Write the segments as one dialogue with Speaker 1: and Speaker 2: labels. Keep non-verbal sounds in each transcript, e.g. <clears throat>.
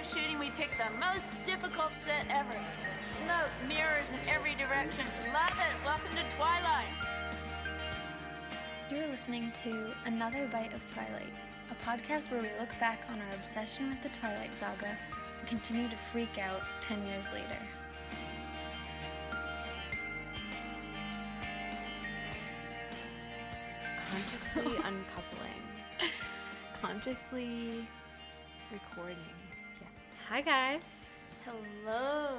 Speaker 1: of shooting, we picked the most difficult set ever. Smoke, mirrors in every direction. Love it. Welcome to Twilight.
Speaker 2: You're listening to Another Bite of Twilight, a podcast where we look back on our obsession with the Twilight Saga and continue to freak out 10 years later.
Speaker 3: Consciously uncoupling. Consciously recording.
Speaker 4: Hi guys.
Speaker 1: Hello.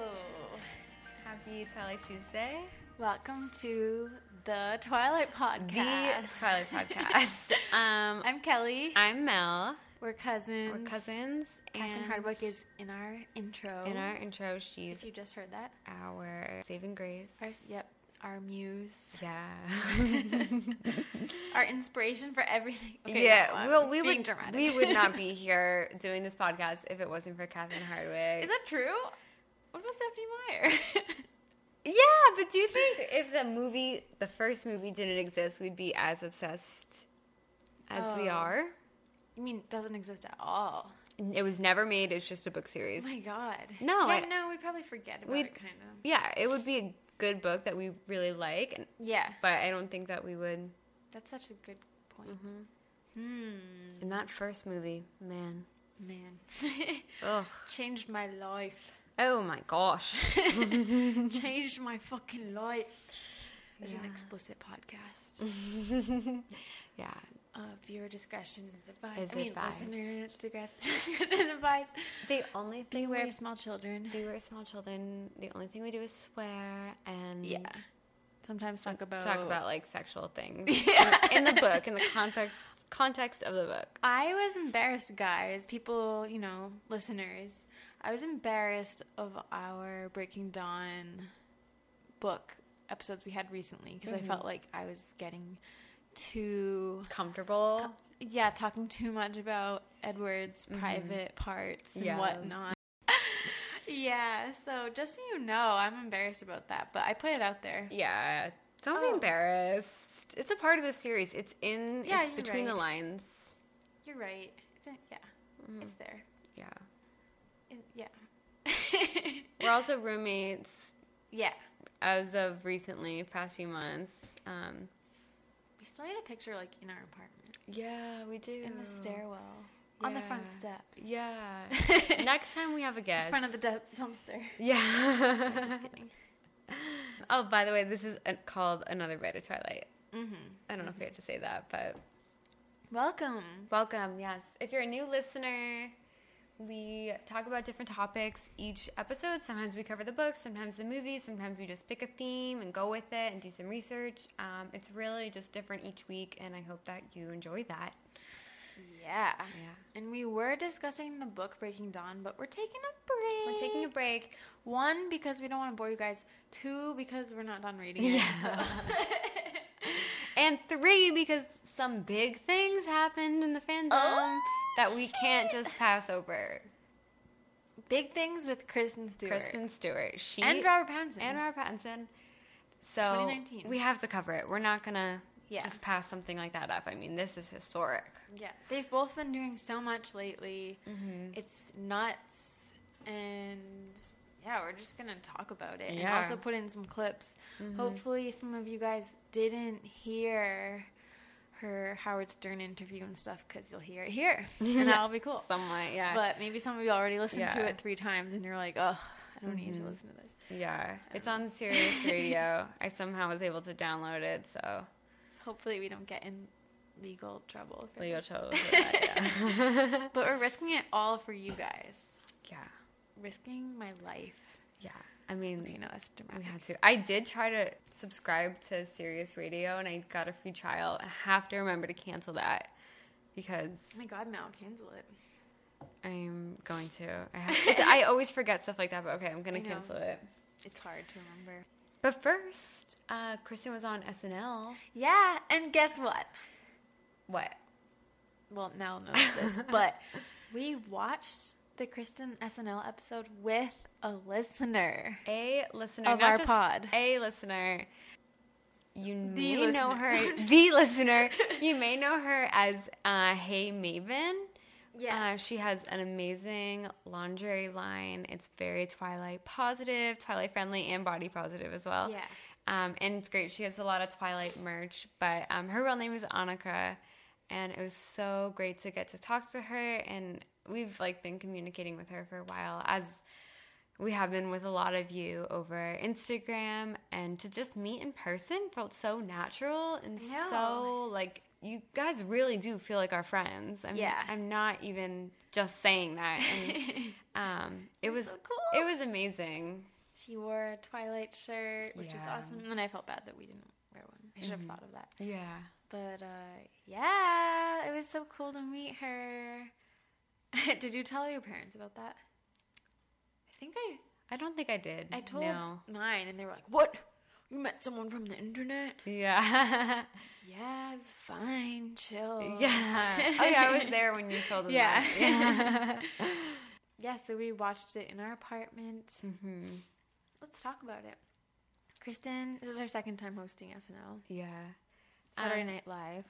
Speaker 4: Happy Twilight Tuesday.
Speaker 1: Welcome to the Twilight Podcast.
Speaker 4: The Twilight
Speaker 1: <laughs>
Speaker 4: podcast. um
Speaker 1: I'm Kelly.
Speaker 4: I'm Mel.
Speaker 1: We're cousins.
Speaker 4: We're cousins.
Speaker 1: Catherine
Speaker 4: and
Speaker 1: Hardwick is in our intro.
Speaker 4: in our intro. She's
Speaker 1: If you just heard that.
Speaker 4: our saving grace.
Speaker 1: Our, yep. Our muse.
Speaker 4: Yeah.
Speaker 1: Our inspiration for everything. no,
Speaker 4: yeah.
Speaker 1: I'm
Speaker 4: well, we
Speaker 1: being
Speaker 4: would
Speaker 1: dramatic.
Speaker 4: we would not
Speaker 1: <laughs>
Speaker 4: be here doing this podcast if it wasn't for Catherine Hardwick.
Speaker 1: Is that true? What about Stephanie Meyer? <laughs>
Speaker 4: yeah, but do you think if the movie, the first movie, didn't exist, we'd be as obsessed as we
Speaker 1: Oh.
Speaker 4: are?
Speaker 1: you mean it doesn't exist at all?
Speaker 4: It was never made. It's just a book series.
Speaker 1: Oh my god.
Speaker 4: No,
Speaker 1: Yeah,
Speaker 4: I-
Speaker 1: no, we'd probably forget about
Speaker 4: We'd-
Speaker 1: it kind of.
Speaker 4: yeah, it would be a good book that we really like, and-
Speaker 1: Yeah.
Speaker 4: but I don't think that we would.
Speaker 1: That's such a good point.
Speaker 4: Mhm.
Speaker 1: Hmm.
Speaker 4: In that first movie, man.
Speaker 1: Man.
Speaker 4: Ugh.
Speaker 1: Changed my
Speaker 4: <laughs>
Speaker 1: life.
Speaker 4: Oh my gosh.
Speaker 1: Changed my fucking life. It's an
Speaker 4: Yeah. Mm.
Speaker 1: explicit podcast.
Speaker 4: <laughs> yeah.
Speaker 1: Uh, viewer discretion is advised.
Speaker 4: Is
Speaker 1: I mean,
Speaker 4: advised.
Speaker 1: listener discretion <laughs> is advised.
Speaker 4: The only thing
Speaker 1: Beware
Speaker 4: we
Speaker 1: of small children.
Speaker 4: beware small children. The only thing we do is swear and
Speaker 1: Yeah. Sometimes talk about
Speaker 4: talk about like sexual
Speaker 1: <laughs>
Speaker 4: things in the book in the context context of the book.
Speaker 1: I was embarrassed, guys. People, you know, listeners. I was embarrassed of our Breaking Dawn book episodes we had recently because I felt like I was getting too
Speaker 4: Comfortable.
Speaker 1: yeah, talking too much about Edward's private parts and
Speaker 4: Yeah.
Speaker 1: whatnot. <laughs> yeah, so just so you know, I'm embarrassed about that, but I put it out there.
Speaker 4: yeah. Don't be
Speaker 1: Oh.
Speaker 4: embarrassed. It's a part of the series. It's in
Speaker 1: Yeah,
Speaker 4: it's
Speaker 1: you're
Speaker 4: between the
Speaker 1: right.
Speaker 4: lines. Mm-hmm.
Speaker 1: You're right. It's in, yeah, it's there.
Speaker 4: Yeah.
Speaker 1: It, yeah. <laughs>
Speaker 4: We're also roommates
Speaker 1: yeah.
Speaker 4: as of recently, past few months. Um,
Speaker 1: We still need a picture like in our apartment.
Speaker 4: yeah, we do.
Speaker 1: In the stairwell. On the front
Speaker 4: Yeah.
Speaker 1: steps. <laughs>
Speaker 4: Yeah. <laughs> Next time we have a guest.
Speaker 1: In front of the du- dumpster.
Speaker 4: Yeah. <laughs>
Speaker 1: Just kidding.
Speaker 4: oh, by the way, this is uh, called Another Bite of Twilight.
Speaker 1: hmm
Speaker 4: I don't know if we had to say that, but
Speaker 1: Welcome.
Speaker 4: welcome. Yes. If you're a new listener, we talk about different topics each episode. Sometimes we cover the book, sometimes the movie, sometimes we just pick a theme and go with it and do some research. Um, it's really just different each week, and I hope that you enjoy that.
Speaker 1: Yeah.
Speaker 4: Yeah.
Speaker 1: And we were discussing the book Breaking Dawn, but we're taking a break.
Speaker 4: We're taking a break.
Speaker 1: One, because we don't want to bore you guys. Two, because we're not done reading it.
Speaker 4: <laughs> And three, because some big things happened in the fandom
Speaker 1: Oh,
Speaker 4: that we can't just pass over.
Speaker 1: Big things with Kristen Stewart.
Speaker 4: Kristen Stewart, she
Speaker 1: And Robert Pattinson.
Speaker 4: and Robert Pattinson. So
Speaker 1: 2019.
Speaker 4: we have to cover it. We're not gonna
Speaker 1: Yeah.
Speaker 4: just pass something like that up. I mean, this is historic.
Speaker 1: yeah. They've both been doing so much lately. It's nuts. And yeah, we're just going to talk about it. And
Speaker 4: Yeah. Mm-hmm.
Speaker 1: also put in some clips. Hopefully, some of you guys didn't hear her Howard Stern interview and stuff because you'll hear
Speaker 4: <laughs>
Speaker 1: it here. And that'll be cool.
Speaker 4: Somewhat, yeah,
Speaker 1: but maybe some of you already listened to
Speaker 4: Yeah. Mm-hmm.
Speaker 1: it three times and you're like, oh, I don't need to listen to this.
Speaker 4: yeah. It's on
Speaker 1: <laughs>
Speaker 4: Sirius Radio. I somehow was able to download it, so
Speaker 1: Hopefully, we don't get in legal trouble. for
Speaker 4: Leo
Speaker 1: this.
Speaker 4: chose that.
Speaker 1: <laughs>
Speaker 4: Yeah.
Speaker 1: But we're risking it all for you guys.
Speaker 4: yeah,
Speaker 1: Risking my life.
Speaker 4: yeah. I mean,
Speaker 1: Okay, no, that's
Speaker 4: We
Speaker 1: dramatic.
Speaker 4: had to. I did try to subscribe to Sirius Radio and I got a free trial. I have to remember to cancel that because
Speaker 1: Oh my god, Mel, cancel it.
Speaker 4: I'm going to. I, have,
Speaker 1: <laughs>
Speaker 4: it's, I always forget stuff like that, but okay, I'm going
Speaker 1: I
Speaker 4: to
Speaker 1: know.
Speaker 4: cancel it.
Speaker 1: It's hard to remember.
Speaker 4: But first, uh, Kristen was on SNL.
Speaker 1: Yeah, and guess what?
Speaker 4: What?
Speaker 1: Well, Mel knows
Speaker 4: <laughs>
Speaker 1: this, but we watched the Kristen SNL episode with a listener.
Speaker 4: A listener.
Speaker 1: Of
Speaker 4: not
Speaker 1: our
Speaker 4: just
Speaker 1: pod.
Speaker 4: A listener. You
Speaker 1: The
Speaker 4: may know
Speaker 1: <laughs> listener.
Speaker 4: her. the listener. You may know her as uh, Hey Maven Uh, she has an amazing lingerie line. It's very Twilight positive, Twilight friendly, and body positive as well.
Speaker 1: Yeah.
Speaker 4: Um, and it's great. She has a lot of Twilight merch, but um, her real name is Annika, and it was so great to get to talk to her. And we've like been communicating with her for a while, as we have been with a lot of you over Instagram. And to just meet in person felt so natural and so like you guys really do feel like our friends. I'm,
Speaker 1: Yeah.
Speaker 4: I'm not even just saying that.
Speaker 1: <laughs>
Speaker 4: And, um, it was
Speaker 1: so cool.
Speaker 4: it was amazing.
Speaker 1: She wore a Twilight shirt, which was
Speaker 4: Yeah. Mm-hmm.
Speaker 1: awesome. And then I felt bad that we didn't wear one. I should have thought of that.
Speaker 4: Yeah.
Speaker 1: But uh, yeah, it was so cool to meet her. <laughs> Did you tell your parents about that? I think I
Speaker 4: I don't think I did.
Speaker 1: I told
Speaker 4: No.
Speaker 1: mine, and they were like, "What? You met someone from the internet?
Speaker 4: <laughs> Yeah.
Speaker 1: Yeah, it was fine, chill."
Speaker 4: yeah. Oh yeah, I was there when you told them.
Speaker 1: Yeah. <laughs>
Speaker 4: That. Yeah.
Speaker 1: yeah. So we watched it in our apartment.
Speaker 4: hmm
Speaker 1: Mm-hmm. Let's talk about it. Kristen, this is her second time hosting SNL
Speaker 4: Yeah.
Speaker 1: Saturday
Speaker 4: Um,
Speaker 1: Night Live.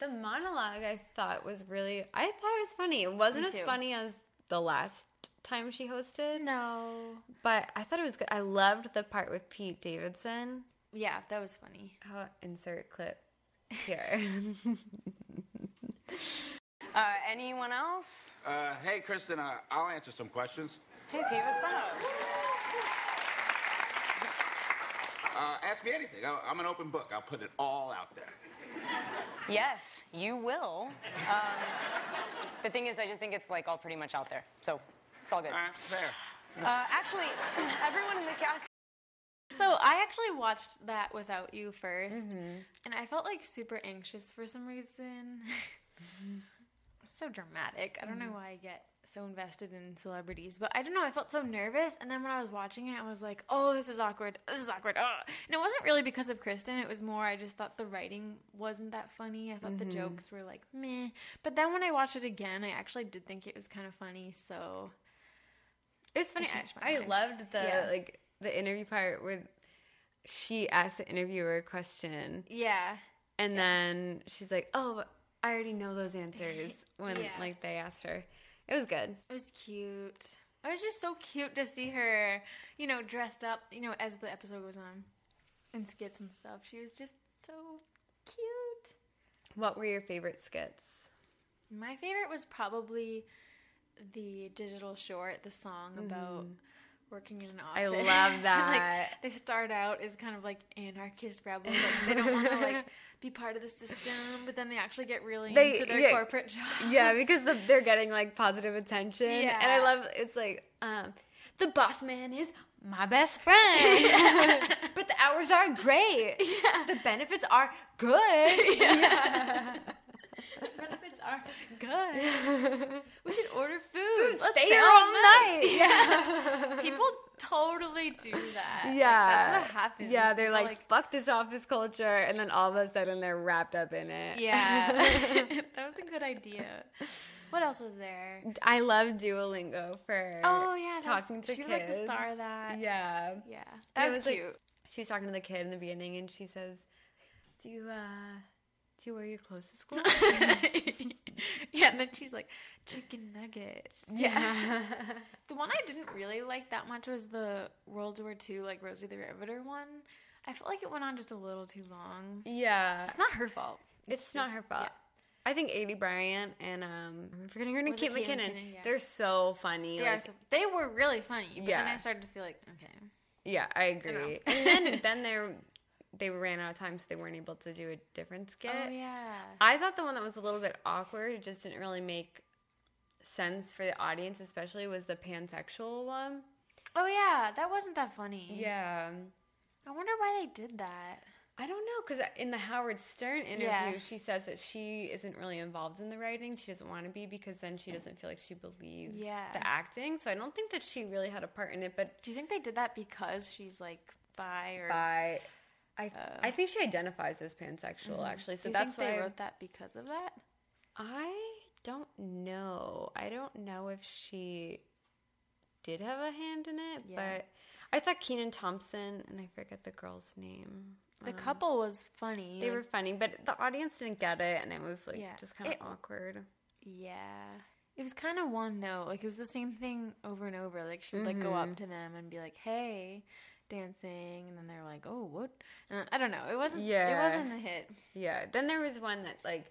Speaker 4: The monologue I thought was really. I thought it was funny. It wasn't
Speaker 1: Me
Speaker 4: as
Speaker 1: too.
Speaker 4: funny as the last time she hosted,
Speaker 1: No.
Speaker 4: but I thought it was good. I loved the part with Pete Davidson.
Speaker 1: Yeah, that was funny.
Speaker 4: I'll insert clip
Speaker 1: <laughs>
Speaker 4: here.
Speaker 5: Uh, anyone else?
Speaker 6: Uh, hey, Kristen, uh, I'll answer some questions.
Speaker 5: Hey, Pete, what's up?
Speaker 6: Uh, ask me anything. I, I'm an open book. I'll put it all out there.
Speaker 5: Yes, you will. Um, the thing is, I just think it's like all pretty much out there, so it's all good.
Speaker 6: All right, fair.
Speaker 5: Uh, actually, <clears throat> everyone in the cast
Speaker 1: So I actually watched that without you 1st and I felt like super anxious for some reason. so dramatic. I don't know why I get so invested in celebrities, but I don't know. I felt so nervous, and then when I was watching it, I was like, "Oh, this is awkward. This is awkward." ah." And it wasn't really because of Kristen. It was more I just thought the writing wasn't that funny. I thought the jokes were like meh. But then when I watched it again, I actually did think it was kind of funny. So
Speaker 4: It's funny.
Speaker 1: changed my
Speaker 4: I, I
Speaker 1: mind.
Speaker 4: loved the
Speaker 1: Yeah.
Speaker 4: like the interview part where she asked the interviewer a question,
Speaker 1: yeah,
Speaker 4: and then she's like, "Oh, I already know those answers."
Speaker 1: <laughs>
Speaker 4: When
Speaker 1: Yeah.
Speaker 4: like they asked her, it was good.
Speaker 1: It was cute. It was just so cute to see her, you know, dressed up, you know, as the episode goes on and skits and stuff. She was just so cute.
Speaker 4: What were your favorite
Speaker 1: <laughs>
Speaker 4: skits?
Speaker 1: My favorite was probably the digital short, the song about working in an office.
Speaker 4: Mm-hmm.
Speaker 1: <laughs>
Speaker 4: I love
Speaker 1: And,
Speaker 4: that.
Speaker 1: like they start out as kind of like anarchist rebels, like they don't want to
Speaker 4: <laughs>
Speaker 1: like be part of the system, but then they actually get really
Speaker 4: They-
Speaker 1: into their
Speaker 4: yeah.
Speaker 1: corporate <laughs> job.
Speaker 4: Yeah, because the, they're getting like positive attention, and I
Speaker 1: Yeah.
Speaker 4: love it's like um, the boss man is my
Speaker 1: <laughs>
Speaker 4: best friend, but the hours are great. The benefits are good.
Speaker 1: <laughs>
Speaker 4: Yeah.
Speaker 1: Benefits
Speaker 4: <laughs>
Speaker 1: are good. we should order food. Let's
Speaker 4: Stay here all
Speaker 1: <laughs>
Speaker 4: night. Yeah.
Speaker 1: People totally do that. Like,
Speaker 4: Yeah.
Speaker 1: that's what happens.
Speaker 4: Yeah, they're
Speaker 1: People,
Speaker 4: like, fuck this office culture. And then all of a sudden they're wrapped up in it. <laughs>
Speaker 1: yeah. <laughs> that was a good idea. What else was there?
Speaker 4: I love Duolingo for
Speaker 1: Oh, yeah, that's-
Speaker 4: talking to
Speaker 1: she
Speaker 4: kids.
Speaker 1: was, like, the star of that.
Speaker 4: Yeah.
Speaker 1: Yeah. That
Speaker 4: And it
Speaker 1: was,
Speaker 4: like,
Speaker 1: cute.
Speaker 4: she's talking to the kid in the beginning and she says, Do you, uh, do you wear your clothes to school?
Speaker 1: <laughs> yeah, and then she's like, chicken nuggets.
Speaker 4: <laughs> yeah. <laughs>
Speaker 1: The one I didn't really like that much was the World War II, like Rosie the Riveter one. I felt like it went on just a little too long.
Speaker 4: yeah.
Speaker 1: It's not her fault.
Speaker 4: It's, not her fault. I think Aidy Bryant and um, I'm forgetting her name,
Speaker 1: Was it
Speaker 4: Kate
Speaker 1: Kate
Speaker 4: McKinnon.
Speaker 1: McKinnon? Yeah.
Speaker 4: They're so funny.
Speaker 1: They,
Speaker 4: like,
Speaker 1: are so, they were really funny, but then
Speaker 4: Yeah.
Speaker 1: I started to feel like, okay.
Speaker 4: Yeah, I
Speaker 1: know.
Speaker 4: agree. and then then they were- they ran out of time, so they weren't able to do a different skit.
Speaker 1: Oh, yeah.
Speaker 4: I thought the one that was a little bit awkward, it just didn't really make sense for the audience, especially was the pansexual one.
Speaker 1: Oh, yeah. That wasn't that funny.
Speaker 4: Yeah.
Speaker 1: I wonder why they did that.
Speaker 4: I don't know because in the Howard Stern interview,
Speaker 1: Yeah.
Speaker 4: she says that she isn't really involved in the writing. She doesn't want to be because then she doesn't feel like she believes
Speaker 1: Yeah.
Speaker 4: the acting. So I don't think that she really had a part in it. But
Speaker 1: Do you think they did that because she's like bi or.
Speaker 4: by, I I think she identifies as pansexual actually. So
Speaker 1: Mm-hmm. Do you
Speaker 4: that's
Speaker 1: think
Speaker 4: why
Speaker 1: they wrote that because of that?
Speaker 4: I don't know. I don't know if she did have a hand in it,
Speaker 1: Yeah.
Speaker 4: but I thought Keenan Thompson and I forget the girl's name.
Speaker 1: The couple was funny.
Speaker 4: Mm. They
Speaker 1: like,
Speaker 4: were funny, but the audience didn't get it, and it was like
Speaker 1: Yeah.
Speaker 4: just kind of
Speaker 1: It-
Speaker 4: awkward.
Speaker 1: Yeah. It was kind of one note. Like it was the same thing over and over. Like she would like go
Speaker 4: Mm-hmm.
Speaker 1: up to them and be like, "Hey, dancing," and then they're like, "Oh, what?" And I don't know. It wasn't. It
Speaker 4: Yeah.
Speaker 1: wasn't a hit.
Speaker 4: Yeah. Then there was one that like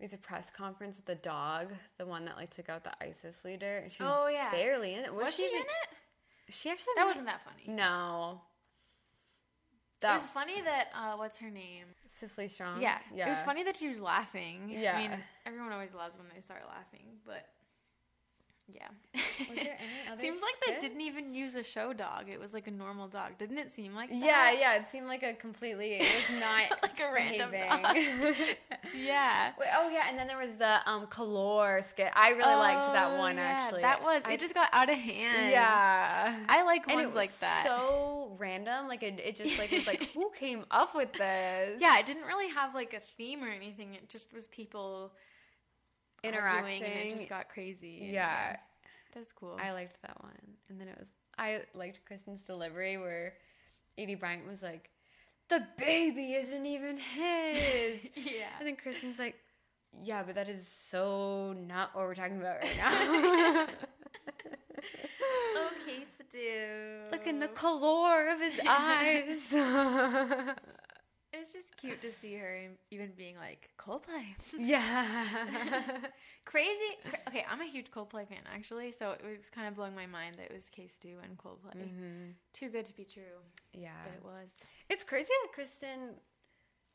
Speaker 4: it was a press conference with the dog, the one that like took out the ISIS leader, and she was
Speaker 1: Oh, yeah.
Speaker 4: barely in it. Was,
Speaker 1: Was she
Speaker 4: even-
Speaker 1: in it?
Speaker 4: She actually
Speaker 1: That wasn't that funny.
Speaker 4: No.
Speaker 1: It
Speaker 4: That
Speaker 1: was funny that uh, what's her name?
Speaker 4: Cicely Strong.
Speaker 1: Yeah. It was funny that she was laughing.
Speaker 4: Yeah.
Speaker 1: I mean, everyone always loves when they start laughing, but yeah.
Speaker 4: Was there
Speaker 1: <laughs>
Speaker 4: any other
Speaker 1: Seems like they
Speaker 4: skits?
Speaker 1: didn't even use a show dog. It was like a normal dog. Didn't it seem like
Speaker 4: Yeah,
Speaker 1: <laughs> that?
Speaker 4: yeah. It seemed like a completely it
Speaker 1: <laughs>
Speaker 4: was not
Speaker 1: Like a
Speaker 4: <laughs>
Speaker 1: random
Speaker 4: behaving.
Speaker 1: Yeah.
Speaker 4: Wait, oh yeah, and then there was the um Kalor skit. I really liked that
Speaker 1: Oh,
Speaker 4: one
Speaker 1: yeah,
Speaker 4: actually.
Speaker 1: That was
Speaker 4: I-
Speaker 1: it just got out of hand.
Speaker 4: Yeah.
Speaker 1: I like
Speaker 4: and
Speaker 1: ones
Speaker 4: it was
Speaker 1: like that.
Speaker 4: so random. Like it, it just like was
Speaker 1: <laughs>
Speaker 4: like who came up with this?
Speaker 1: yeah, it didn't really have like a theme or anything. It just was people arguing
Speaker 4: interacting.
Speaker 1: and it just got crazy. and
Speaker 4: yeah,
Speaker 1: That was cool.
Speaker 4: I liked that one. And then it was I liked Kristen's delivery where Edie Bryant was like, "The baby isn't even his."
Speaker 1: <laughs> Yeah.
Speaker 4: <laughs> And then Kristen's like, "Yeah, but that is so not what we're talking about right
Speaker 1: <laughs>
Speaker 4: now."
Speaker 1: okay, so do.
Speaker 4: Look in the color of his
Speaker 1: <laughs>
Speaker 4: eyes.
Speaker 1: It was just cute to see her in- even being like Coldplay. <laughs>
Speaker 4: yeah.
Speaker 1: Crazy. cra- Okay, I'm a huge Coldplay fan actually, so it was kind of blowing my mind that it was Case Two and Coldplay. Too good to be true,
Speaker 4: Yeah.
Speaker 1: but it was.
Speaker 4: It's crazy that Kristen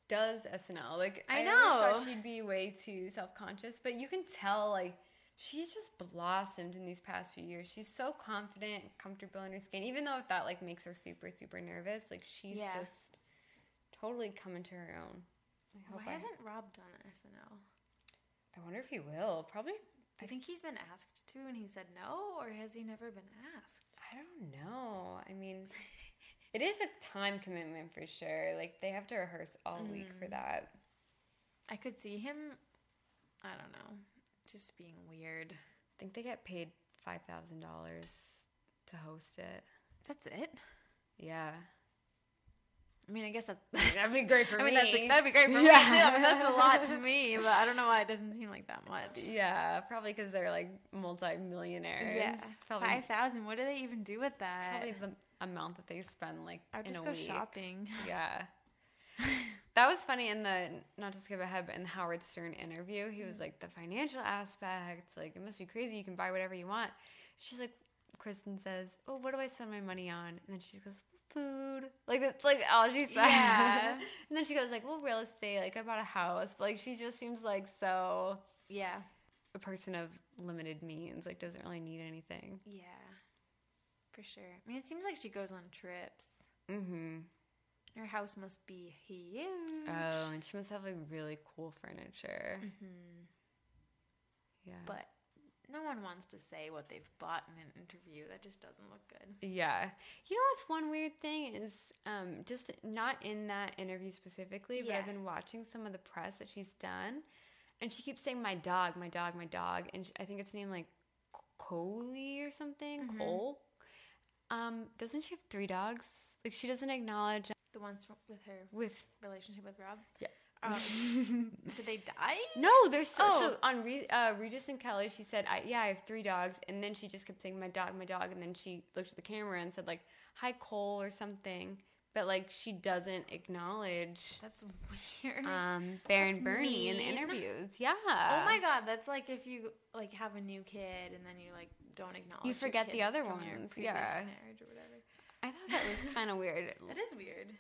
Speaker 4: does SNL. Like
Speaker 1: I
Speaker 4: always
Speaker 1: know.
Speaker 4: thought she'd be way too self conscious, but you can tell like she's just blossomed in these past few years. She's so confident, comfortable in her skin, even though that like makes her super super nervous. Like she's
Speaker 1: Yeah.
Speaker 4: just totally coming to her own. I hope
Speaker 1: Why
Speaker 4: I,
Speaker 1: hasn't Rob done SNL?
Speaker 4: I wonder if he will. Probably.
Speaker 1: Do you think he's been asked to and he said no, or has he never been asked?
Speaker 4: I don't know. I <laughs> mean, it is a time commitment for sure. Like they have to rehearse all week for that.
Speaker 1: I could see him. I don't know, just being weird.
Speaker 4: I think they get paid five thousand dollars to host it.
Speaker 1: That's it.
Speaker 4: Yeah,
Speaker 1: I mean, I guess that's.
Speaker 4: that'd be great for
Speaker 1: <laughs> I mean, that's
Speaker 4: me.
Speaker 1: that'd be great for me too.
Speaker 4: Yeah.
Speaker 1: but That's a lot to me, but I don't know why it doesn't seem like that much.
Speaker 4: yeah, probably because they're like multi-millionaires.
Speaker 1: Yeah,
Speaker 4: it's probably
Speaker 1: five thousand. What do they even do with
Speaker 4: it's
Speaker 1: that?
Speaker 4: probably the amount that they spend like
Speaker 1: I would
Speaker 4: in
Speaker 1: just
Speaker 4: a
Speaker 1: go
Speaker 4: week. <laughs>
Speaker 1: shopping.
Speaker 4: Yeah. That was funny in the not to skip ahead, but in the Howard Stern interview, he was like the financial aspect, like it must be crazy. You can buy whatever you want. She's like, Kristen says, "Oh, what do I spend my money on?" And then she goes, "Food." Like that's like all she said.
Speaker 1: Yeah.
Speaker 4: <laughs> and then she goes like, "Well, real estate. Like I bought a house." But like she just seems like so
Speaker 1: Yeah,
Speaker 4: a person of limited means. Like doesn't really need anything.
Speaker 1: yeah, for sure. I mean, it seems like she goes on trips.
Speaker 4: Mm-hmm.
Speaker 1: Her house must be huge.
Speaker 4: Oh, and she must have like really cool furniture. Mm-hmm. Yeah.
Speaker 1: But no one wants to say what they've bought in an interview. That just doesn't look good.
Speaker 4: Yeah. You know what's one weird thing is um, just not in that interview specifically, but
Speaker 1: Yeah.
Speaker 4: I've been watching some of the press that she's done, and she keeps saying, my dog, my dog, my dog. And sh I think it's named like C- Coley or something. Cole. Um, doesn't she have three dogs? Like, she doesn't acknowledge uh,
Speaker 1: The ones fro- with her
Speaker 4: with.
Speaker 1: relationship with Rob.
Speaker 4: Yeah.
Speaker 1: Um,
Speaker 4: <laughs>
Speaker 1: did they die?
Speaker 4: No, there's so,
Speaker 1: Oh.
Speaker 4: so on Re- uh, Regis and Kelly. She said, I, "Yeah, I have three dogs," and then she just kept saying, "My dog, my dog," and then she looked at the camera and said, "Like, hi, Cole," or something. But like, she doesn't acknowledge
Speaker 1: That's weird.
Speaker 4: um, Baron
Speaker 1: That's
Speaker 4: Bernie in
Speaker 1: mean.
Speaker 4: interviews. Yeah.
Speaker 1: oh my god, that's like if you like have a new kid and then you like don't acknowledge your
Speaker 4: forget the
Speaker 1: kid
Speaker 4: other
Speaker 1: from your
Speaker 4: ones,
Speaker 1: previous
Speaker 4: yeah.
Speaker 1: marriage or whatever.
Speaker 4: I thought that was kind of weird.
Speaker 1: <laughs> That is weird.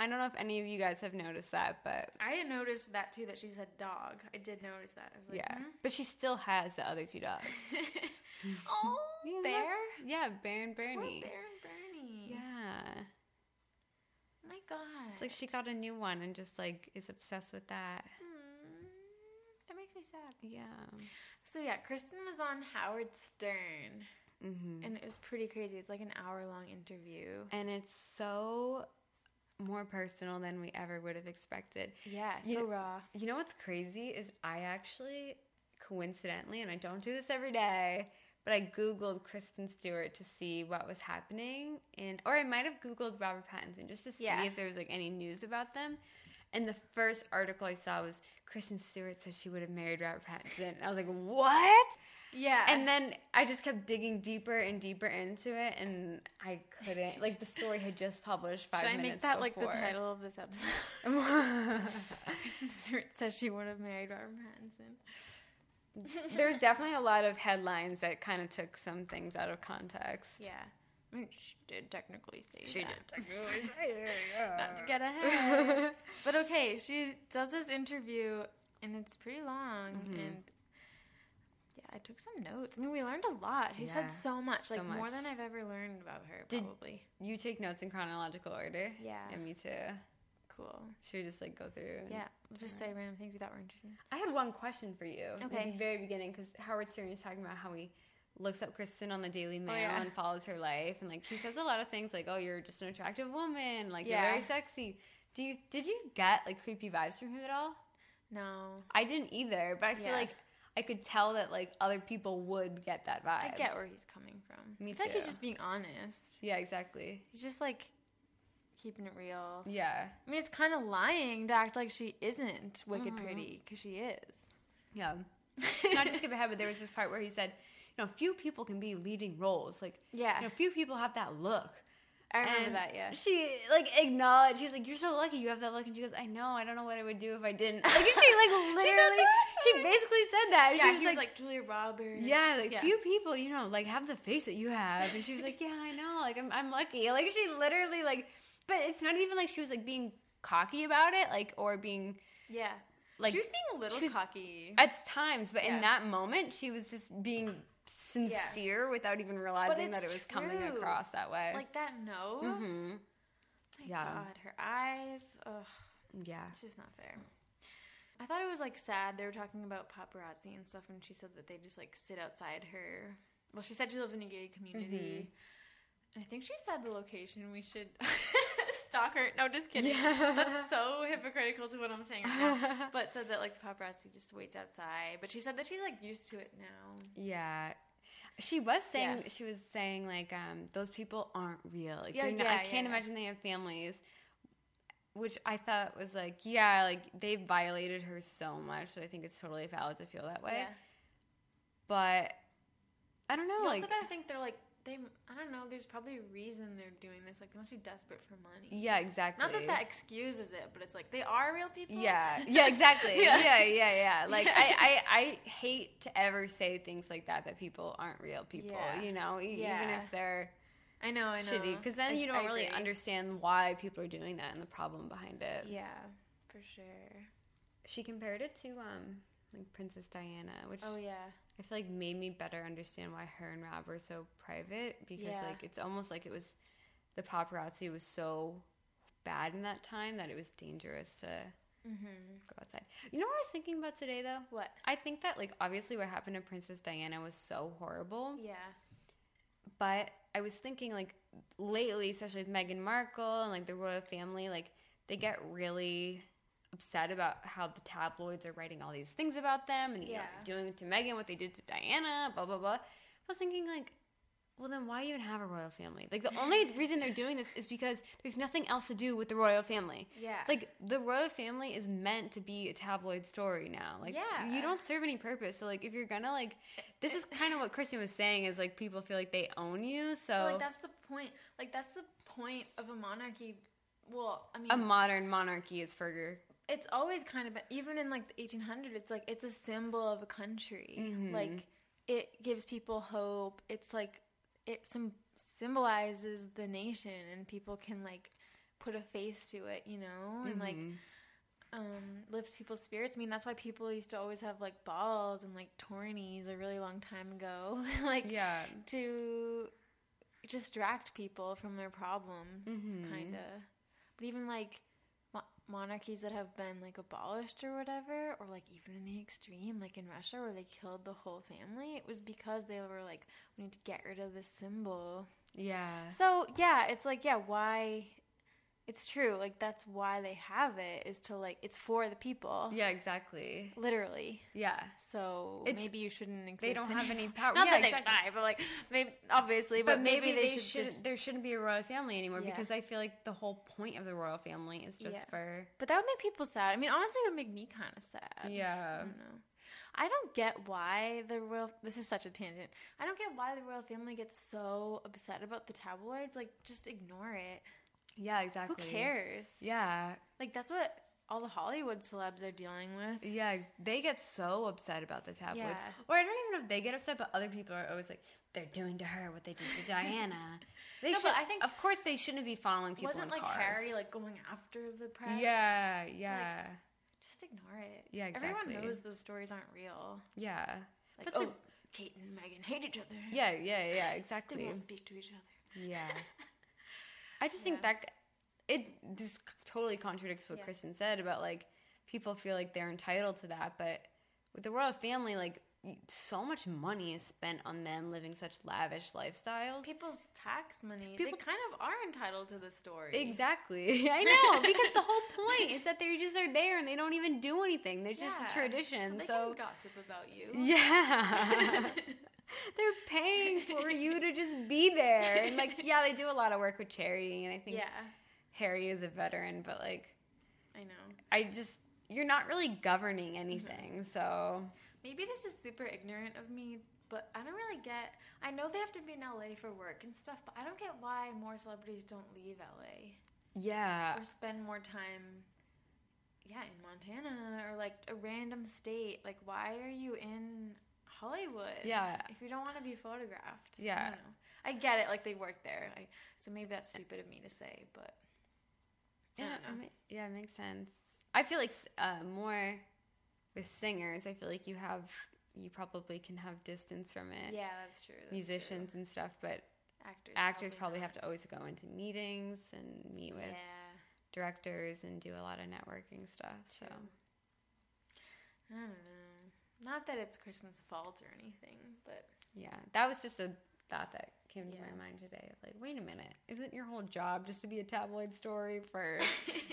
Speaker 4: I don't know if any of you guys have noticed that, but
Speaker 1: I noticed that too that she said dog. I did notice that. I was like,
Speaker 4: yeah.
Speaker 1: hmm?
Speaker 4: But she still has the other two dogs. <laughs>
Speaker 1: oh,
Speaker 4: Yeah,
Speaker 1: bear,
Speaker 4: that's- Yeah, Baron
Speaker 1: Poor
Speaker 4: Bernie.
Speaker 1: bear and Bernie.
Speaker 4: Yeah.
Speaker 1: My God,
Speaker 4: It's like she got a new one and just like is obsessed with that.
Speaker 1: Hmm. that makes me sad.
Speaker 4: Yeah.
Speaker 1: So yeah, Kristen was on Howard Stern,
Speaker 4: Mm-hmm.
Speaker 1: and it was pretty crazy. It's like an hour long interview.
Speaker 4: And it's so more personal than we ever would have expected.
Speaker 1: Yeah, so
Speaker 4: You know-
Speaker 1: raw.
Speaker 4: You know what's crazy is I actually coincidentally, and I don't do this every day, but I Googled Kristen Stewart to see what was happening, and or I might have Googled Robert Pattinson just to see
Speaker 1: Yeah.
Speaker 4: if there was like any news about them. And the first article I saw was Kristen Stewart says she would have married Robert Pattinson. And I was like, what?
Speaker 1: Yeah.
Speaker 4: And then I just kept digging deeper and deeper into it, and I couldn't. Like the story had just published five
Speaker 1: should I
Speaker 4: minutes
Speaker 1: make that like the
Speaker 4: before.
Speaker 1: title of this episode? <laughs> Kristen Stewart says she would have married Robert Pattinson.
Speaker 4: <laughs> There's definitely a lot of headlines that kind of took some things out of context.
Speaker 1: Yeah. I mean, she did technically say
Speaker 4: She
Speaker 1: that.
Speaker 4: did
Speaker 1: <laughs> Not to get
Speaker 4: <laughs>
Speaker 1: ahead. but okay, she does this interview and it's pretty long
Speaker 4: Mm-hmm.
Speaker 1: and yeah, I took some notes. I mean, we learned a lot. She
Speaker 4: Yeah,
Speaker 1: said so much,
Speaker 4: so
Speaker 1: like more
Speaker 4: much.
Speaker 1: than I've ever learned about her,
Speaker 4: Did-
Speaker 1: probably.
Speaker 4: You take notes in chronological order.
Speaker 1: Yeah.
Speaker 4: And me too.
Speaker 1: Cool.
Speaker 4: Should we just like go through? and-
Speaker 1: Yeah, we'll just say random things we thought were interesting.
Speaker 4: I had one question for you. at
Speaker 1: Okay.
Speaker 4: the very beginning, because Howard Stern was talking about how he looks up Kristen on the Daily Mail
Speaker 1: Oh, yeah.
Speaker 4: and follows her life, and like he says a lot of things like, "Oh, you're just an attractive woman. Like you're
Speaker 1: Yeah.
Speaker 4: very sexy." Do you did you get like creepy vibes from him at all?
Speaker 1: No,
Speaker 4: I didn't either, but I feel
Speaker 1: Yeah.
Speaker 4: like I could tell that like other people would get that vibe.
Speaker 1: I get where he's coming from.
Speaker 4: Me
Speaker 1: I feel like he's
Speaker 4: too.
Speaker 1: just being honest.
Speaker 4: Yeah, exactly.
Speaker 1: He's just like keeping it real.
Speaker 4: Yeah,
Speaker 1: I mean, it's kind of lying to act like she isn't wicked pretty because she is.
Speaker 4: yeah. Mm-hmm. <laughs> Not to skip ahead, but there was this part where he said, "You know, few people can be leading roles. Like,
Speaker 1: Yeah.
Speaker 4: you know, few people have that look."
Speaker 1: I remember
Speaker 4: And
Speaker 1: that, yeah.
Speaker 4: She like acknowledged. She's like, "You're so lucky you have that look." And she goes, "I know. I don't know what I would do if I didn't." <laughs> Like she like literally. she basically said that. And
Speaker 1: Yeah,
Speaker 4: she
Speaker 1: he
Speaker 4: was, like,
Speaker 1: Julia Roberts.
Speaker 4: "Yeah, like few people, you know, like have the face that you have." And she was like, "Yeah, I know. Like I'm, I'm lucky." Like she literally like, but it's not even like she was like being cocky about it, like or being
Speaker 1: Yeah.
Speaker 4: like
Speaker 1: she was being a little
Speaker 4: she was-
Speaker 1: cocky.
Speaker 4: at times. But
Speaker 1: Yeah.
Speaker 4: in that moment, she was just being sincere without even realizing that it
Speaker 1: it's
Speaker 4: was coming
Speaker 1: true.
Speaker 4: across that way.
Speaker 1: like that nose.
Speaker 4: Mhm.
Speaker 1: My
Speaker 4: Yeah.
Speaker 1: God, her eyes. Ugh,
Speaker 4: yeah.
Speaker 1: it's just not fair. I thought it was like sad. They were talking about paparazzi and stuff, and she said that they just like sit outside her. Well, she said she lives in a gated community.
Speaker 4: Mm-hmm.
Speaker 1: And I think she said the location we should <laughs> stalk her. No, just kidding. That's so hypocritical to what I'm saying right
Speaker 4: <laughs>
Speaker 1: now. But said that like the paparazzi just waits outside. But she said that she's like used to it now.
Speaker 4: Yeah. She was saying
Speaker 1: Yeah.
Speaker 4: she was saying like um those people aren't real. Like
Speaker 1: Yeah,
Speaker 4: they're not,
Speaker 1: yeah,
Speaker 4: I can't
Speaker 1: yeah.
Speaker 4: imagine they have families. Which I thought was like, yeah, like they violated her so much that I think it's totally valid to feel that way.
Speaker 1: Yeah.
Speaker 4: But I don't know,
Speaker 1: You
Speaker 4: like
Speaker 1: also gotta think they're like they. I don't know. There's probably a reason they're doing this. Like they must be desperate for money.
Speaker 4: yeah, exactly.
Speaker 1: Not that that excuses it, but it's like they are real people. <laughs>
Speaker 4: yeah, yeah, exactly. yeah. yeah, yeah, Like
Speaker 1: Yeah. <laughs>
Speaker 4: I, I, I hate to ever say things like that that people aren't real people.
Speaker 1: Yeah.
Speaker 4: You know, E- even
Speaker 1: Yeah.
Speaker 4: if they're
Speaker 1: I know. I know.
Speaker 4: shitty, because then
Speaker 1: I-
Speaker 4: you don't
Speaker 1: I
Speaker 4: really
Speaker 1: agree.
Speaker 4: understand why people are doing that and the problem behind it.
Speaker 1: Yeah, for sure.
Speaker 4: she compared it to um like Princess Diana, which
Speaker 1: Oh yeah.
Speaker 4: I feel like made me better understand why her and Rob were so private because
Speaker 1: Yeah.
Speaker 4: like it's almost like it was the paparazzi was so bad in that time that it was dangerous to
Speaker 1: Mm-hmm.
Speaker 4: go outside. You know what I was thinking about today though?
Speaker 1: What?
Speaker 4: I think that like obviously what happened to Princess Diana was so horrible,
Speaker 1: Yeah.
Speaker 4: but I was thinking like lately, especially with Meghan Markle and like the royal family, like they get really upset about how the tabloids are writing all these things about them and you know,
Speaker 1: Yeah.
Speaker 4: they're doing to Meghan what they did to Diana, blah blah blah. I was thinking like, well then why even have a royal family? Like the
Speaker 1: <laughs>
Speaker 4: only reason they're doing this is because there's nothing else to do with the royal family.
Speaker 1: Yeah.
Speaker 4: Like the royal family is meant to be a tabloid story now. Like
Speaker 1: Yeah.
Speaker 4: you don't serve any purpose. So like if you're gonna like this is kind of what Kristen was saying is like people feel like they own you. So
Speaker 1: But, like that's the point. Like that's the point of a monarchy. Well, I mean,
Speaker 4: a modern monarchy is for
Speaker 1: it's always kind of been, even in like the 1800s it's like it's a symbol of a country like it gives people hope it's like it some symbolizes the nation and people can like put a face to it you know and like um lifts people's spirits i mean that's why people used to always have like balls and like tourneys a really long time ago <laughs> like
Speaker 4: yeah.
Speaker 1: to distract people from their problems,
Speaker 4: Mm-hmm.
Speaker 1: kind of. But even like mo- monarchies that have been like abolished or whatever, or like even in the extreme, like in Russia where they killed the whole family, it was because they were like, we need to get rid of this symbol.
Speaker 4: Yeah.
Speaker 1: So yeah, it's like yeah, why? It's true. Like that's why they have it is to like it's for the people.
Speaker 4: Yeah, exactly.
Speaker 1: Literally.
Speaker 4: Yeah.
Speaker 1: So
Speaker 4: It's-
Speaker 1: maybe you shouldn't exist.
Speaker 4: They don't have
Speaker 1: <laughs> anymore.
Speaker 4: any power.
Speaker 1: Not
Speaker 4: yeah,
Speaker 1: that they
Speaker 4: exactly.
Speaker 1: die, but like maybe obviously, Oh, but,
Speaker 4: But maybe, they, should.
Speaker 1: should. just-
Speaker 4: there shouldn't be a royal family anymore
Speaker 1: Yeah.
Speaker 4: because I feel like the whole point of the royal family is just
Speaker 1: Yeah.
Speaker 4: for
Speaker 1: But that would make people sad. I mean, honestly, it would make me kind of sad. I
Speaker 4: yeah.
Speaker 1: don't know. I don't get why the royal. This is such a tangent. I don't get why the royal family gets so upset about the tabloids. Like, just ignore it.
Speaker 4: Yeah,
Speaker 1: Who
Speaker 4: exactly.
Speaker 1: cares?
Speaker 4: Yeah,
Speaker 1: Like that's what all the Hollywood celebs are dealing with.
Speaker 4: yeah. ex- They get so upset about the tabloids,
Speaker 1: Yeah.
Speaker 4: or I don't even know if they get upset, but other people are always like, "They're doing to her what they did
Speaker 1: <laughs>
Speaker 4: to Diana." They
Speaker 1: No,
Speaker 4: should.
Speaker 1: but I think-
Speaker 4: of course, they shouldn't be following people.
Speaker 1: Wasn't
Speaker 4: in
Speaker 1: like
Speaker 4: cars.
Speaker 1: Harry like going after the press?
Speaker 4: Yeah, yeah,
Speaker 1: Just ignore it.
Speaker 4: Yeah,
Speaker 1: Everyone
Speaker 4: exactly.
Speaker 1: knows those stories aren't real.
Speaker 4: yeah.
Speaker 1: Like,
Speaker 4: But
Speaker 1: oh,
Speaker 4: so-
Speaker 1: Kate and Megan hate each other.
Speaker 4: yeah, yeah, yeah.
Speaker 1: They
Speaker 4: Exactly.
Speaker 1: won't speak to each other. <laughs>
Speaker 4: Yeah. I just think that c- it this c- totally contradicts what
Speaker 1: Yeah.
Speaker 4: Kristen said about like people feel like they're entitled to that, but with the royal family, like y- so much money is spent on them living such lavish lifestyles.
Speaker 1: People's tax money.
Speaker 4: People-
Speaker 1: they kind of are entitled to the story.
Speaker 4: Exactly. <laughs>
Speaker 1: <laughs>
Speaker 4: I know because the whole point is that they're just are there and they don't even do anything. They're just
Speaker 1: Yeah.
Speaker 4: a tradition.
Speaker 1: So they
Speaker 4: So,
Speaker 1: can gossip about
Speaker 4: <laughs>
Speaker 1: you. <laughs>
Speaker 4: yeah. <laughs> They're paying for you to just be there. And like yeah, they do a lot of work with charity and I think
Speaker 1: yeah,
Speaker 4: Harry is a veteran, but like
Speaker 1: I know.
Speaker 4: I just you're not really governing
Speaker 1: Mm-hmm.
Speaker 4: anything. So
Speaker 1: Maybe this is super ignorant of me, but I don't really get. I know they have to be in LA for work and stuff, but I don't get why more celebrities don't leave LA
Speaker 4: yeah,
Speaker 1: or spend more time, yeah, in Montana or like a random state. Like, why are you in Hollywood?
Speaker 4: Yeah.
Speaker 1: If you don't want to be photographed. I,
Speaker 4: Yeah.
Speaker 1: don't know. I get it. Like, they work there. I, so maybe that's stupid of me to say, but I
Speaker 4: yeah,
Speaker 1: don't know.
Speaker 4: it ma- yeah, it makes sense. I feel like s- uh, more with singers, I feel like you have you probably can have distance from it.
Speaker 1: yeah, that's true. that's true.
Speaker 4: musicians and stuff, but
Speaker 1: actors,
Speaker 4: actors probably, have
Speaker 1: not.
Speaker 4: to always go into meetings and meet with
Speaker 1: Yeah.
Speaker 4: directors and do a lot of networking stuff. So
Speaker 1: True. I don't know. Not that it's Kristen's fault or anything, but <laughs>
Speaker 4: yeah, that was just a thought that came to
Speaker 1: Yeah.
Speaker 4: my mind today. Like, wait a minute, isn't your whole job just to be a tabloid story
Speaker 1: <laughs>
Speaker 4: for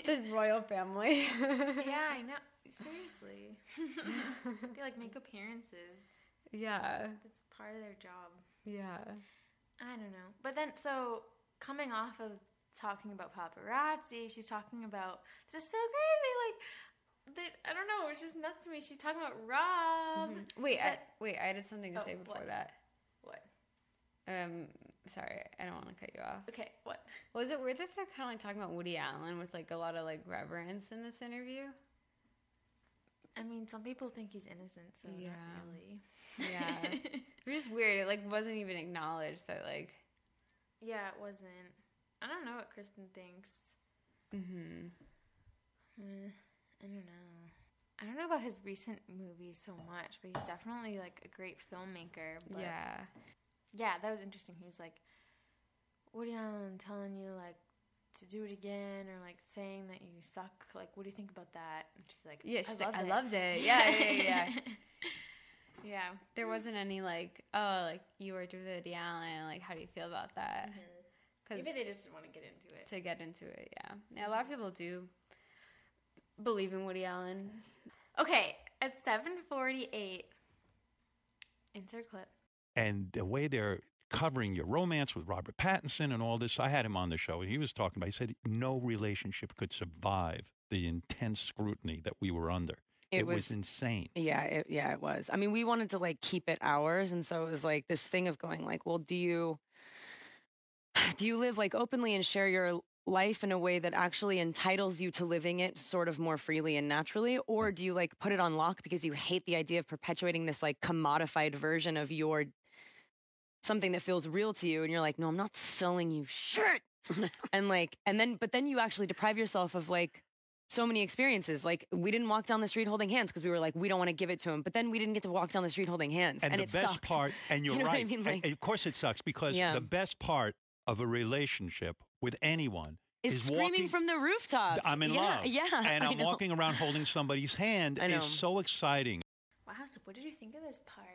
Speaker 4: the royal family? <laughs>
Speaker 1: yeah, I know. Seriously, <laughs> they
Speaker 4: <laughs>
Speaker 1: like make appearances.
Speaker 4: yeah,
Speaker 1: That's part of their job.
Speaker 4: yeah,
Speaker 1: I don't know. But then, so coming off of talking about paparazzi, she's talking about this is so crazy. Like, that I don't know. It's just nuts to me. She's talking about Rob.
Speaker 4: Wait, I,
Speaker 1: Set-
Speaker 4: wait, I had something to
Speaker 1: Oh,
Speaker 4: say before
Speaker 1: what?
Speaker 4: that.
Speaker 1: what?
Speaker 4: Um, sorry, I don't want to cut you off.
Speaker 1: Okay, what?
Speaker 4: Was it weird that they're kind of like talking about Woody Allen with like a lot of like reverence in this interview?
Speaker 1: I mean, some people think he's innocent, so yeah.
Speaker 4: Yeah.
Speaker 1: really. <laughs>
Speaker 4: Yeah, it was just weird. It like wasn't even acknowledged that like.
Speaker 1: Yeah, it wasn't. I don't know what Kristen thinks. Mm-hmm.
Speaker 4: hmm
Speaker 1: Mm, I don't know. I don't know about his recent movies so much, but he's definitely like a great filmmaker. But yeah,
Speaker 4: Yeah.
Speaker 1: that was interesting. He was like, Woody Allen telling you like to do it again, or like saying that you suck. Like, what do you think about that? And she's like,
Speaker 4: Yeah, she's
Speaker 1: I
Speaker 4: like,
Speaker 1: love
Speaker 4: I
Speaker 1: it.
Speaker 4: loved it. Yeah, yeah, yeah.
Speaker 1: <laughs>
Speaker 4: yeah.
Speaker 1: yeah.
Speaker 4: there wasn't any like, oh, like you worked with Woody Allen. Like, how do you feel about that? Because
Speaker 1: Mm-hmm. Maybe they just didn't want to get into it.
Speaker 4: to get into it, yeah. yeah. A lot of people do believe in Woody Allen.
Speaker 1: Okay, at seven forty-eight. Insert clip.
Speaker 7: and the way they're covering your romance with Robert Pattinson and all this. I had him on the show, and he was talking about. He said no relationship could survive the intense scrutiny that we were under.
Speaker 5: It
Speaker 7: It, was,
Speaker 5: was-
Speaker 7: insane.
Speaker 8: Yeah, it, yeah, it was. I mean, we wanted to like keep it ours, and so it was like this thing of going like, well, do you <sighs> do you live like openly and share your life in a way that actually entitles you to living it sort of more freely and naturally, or do you like put it on lock because you hate the idea of perpetuating this like commodified version of your something that feels real to you, and you're like, no, I'm not selling you
Speaker 7: <laughs>
Speaker 8: shit, and like, and then but then you actually deprive yourself of like so many experiences. Like we didn't walk down the street holding hands because we were like, we don't want to give it to him. But then we didn't get to walk down the street holding hands, and,
Speaker 7: the
Speaker 8: it
Speaker 7: best
Speaker 8: sucked.
Speaker 7: part, and
Speaker 8: <laughs> Do
Speaker 7: you're
Speaker 8: you know what
Speaker 7: right.
Speaker 8: I mean?
Speaker 7: and-
Speaker 8: Like-
Speaker 7: and of course, it sucks because
Speaker 8: Yeah.
Speaker 7: the best part of a relationship with anyone
Speaker 8: is, screaming
Speaker 7: walking,
Speaker 8: from the rooftops.
Speaker 7: I'm in
Speaker 8: yeah, <laughs>
Speaker 7: love.
Speaker 8: Yeah,
Speaker 7: and
Speaker 8: I
Speaker 7: I'm
Speaker 8: know.
Speaker 7: walking around holding somebody's hand
Speaker 8: I
Speaker 7: is
Speaker 8: know.
Speaker 7: so exciting.
Speaker 1: Wow. So, what did you think of this part?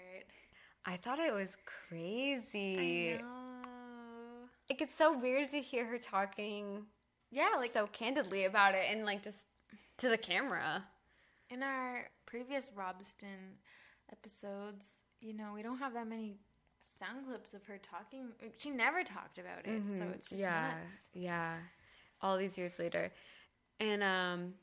Speaker 4: I thought it was crazy.
Speaker 1: I know.
Speaker 4: It gets so weird to hear her talking
Speaker 1: Yeah, like
Speaker 4: so candidly about it and like just to the camera.
Speaker 1: in our previous Robston episodes, you know, we don't have that many sound clips of her talking. She never talked about it, so it's just
Speaker 4: Mm-hmm. yeah,
Speaker 1: nuts.
Speaker 4: yeah. All these years later, and um,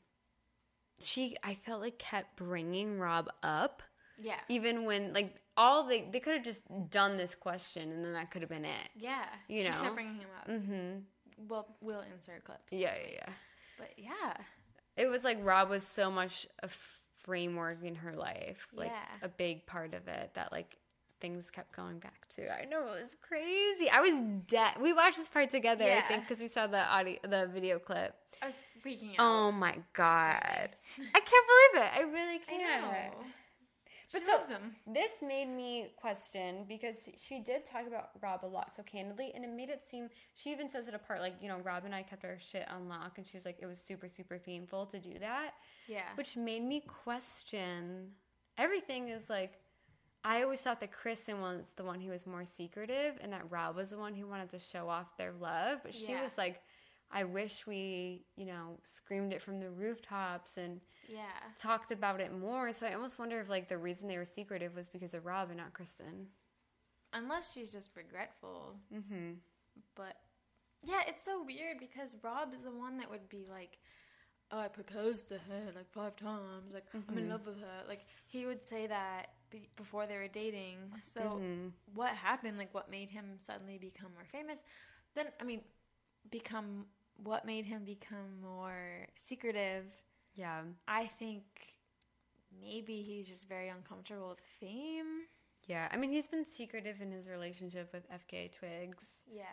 Speaker 4: she I felt like kept bringing Rob up,
Speaker 1: Yeah.
Speaker 4: even when like all they they could have just done this question and then that could have been it.
Speaker 1: yeah.
Speaker 4: you
Speaker 1: she
Speaker 4: know.
Speaker 1: kept bringing him up.
Speaker 4: Mm-hmm.
Speaker 1: Well, we'll insert clips.
Speaker 4: Yeah, yeah, yeah.
Speaker 1: But yeah.
Speaker 4: It was like Rob was so much a f- framework in her life, like
Speaker 1: Yeah.
Speaker 4: a big part of it that like things kept going back to. I know it was crazy. I was dead. We watched this part together, I
Speaker 1: Yeah.
Speaker 4: think, because we saw the audio, the video clip.
Speaker 1: I was freaking out.
Speaker 4: Oh my god, I can't believe it. I really
Speaker 1: <laughs> I
Speaker 4: can't.
Speaker 1: know.
Speaker 4: But
Speaker 1: she
Speaker 4: so-
Speaker 1: loves him.
Speaker 4: This made me question because she did talk about Rob a lot so candidly, and it made it seem she even says it apart like, you know, Rob and I kept our shit on lock, and she was like, it was super, super painful to do that,
Speaker 1: Yeah.
Speaker 4: which made me question everything. Is like, I always thought that Kristen was the one who was more secretive, and that Rob was the one who wanted to show off their love, but she
Speaker 1: Yeah.
Speaker 4: was like, I wish we, you know, screamed it from the rooftops and
Speaker 1: yeah.
Speaker 4: talked about it more. So I almost wonder if like the reason they were secretive was because of Rob and not Kristen.
Speaker 1: Unless she's just regretful.
Speaker 4: Mm-hmm.
Speaker 1: But yeah, it's so weird because Rob is the one that would be like, "Oh, I proposed to her like five times. Like I'm in love with her." Like he would say that be- before they were dating. So what happened? Like what made him suddenly become more famous? Then I mean, become what made him become more secretive?
Speaker 4: Yeah.
Speaker 1: I think maybe he's just very uncomfortable with fame.
Speaker 4: Yeah. I mean, he's been secretive in his relationship with FK Twigs
Speaker 1: Yeah.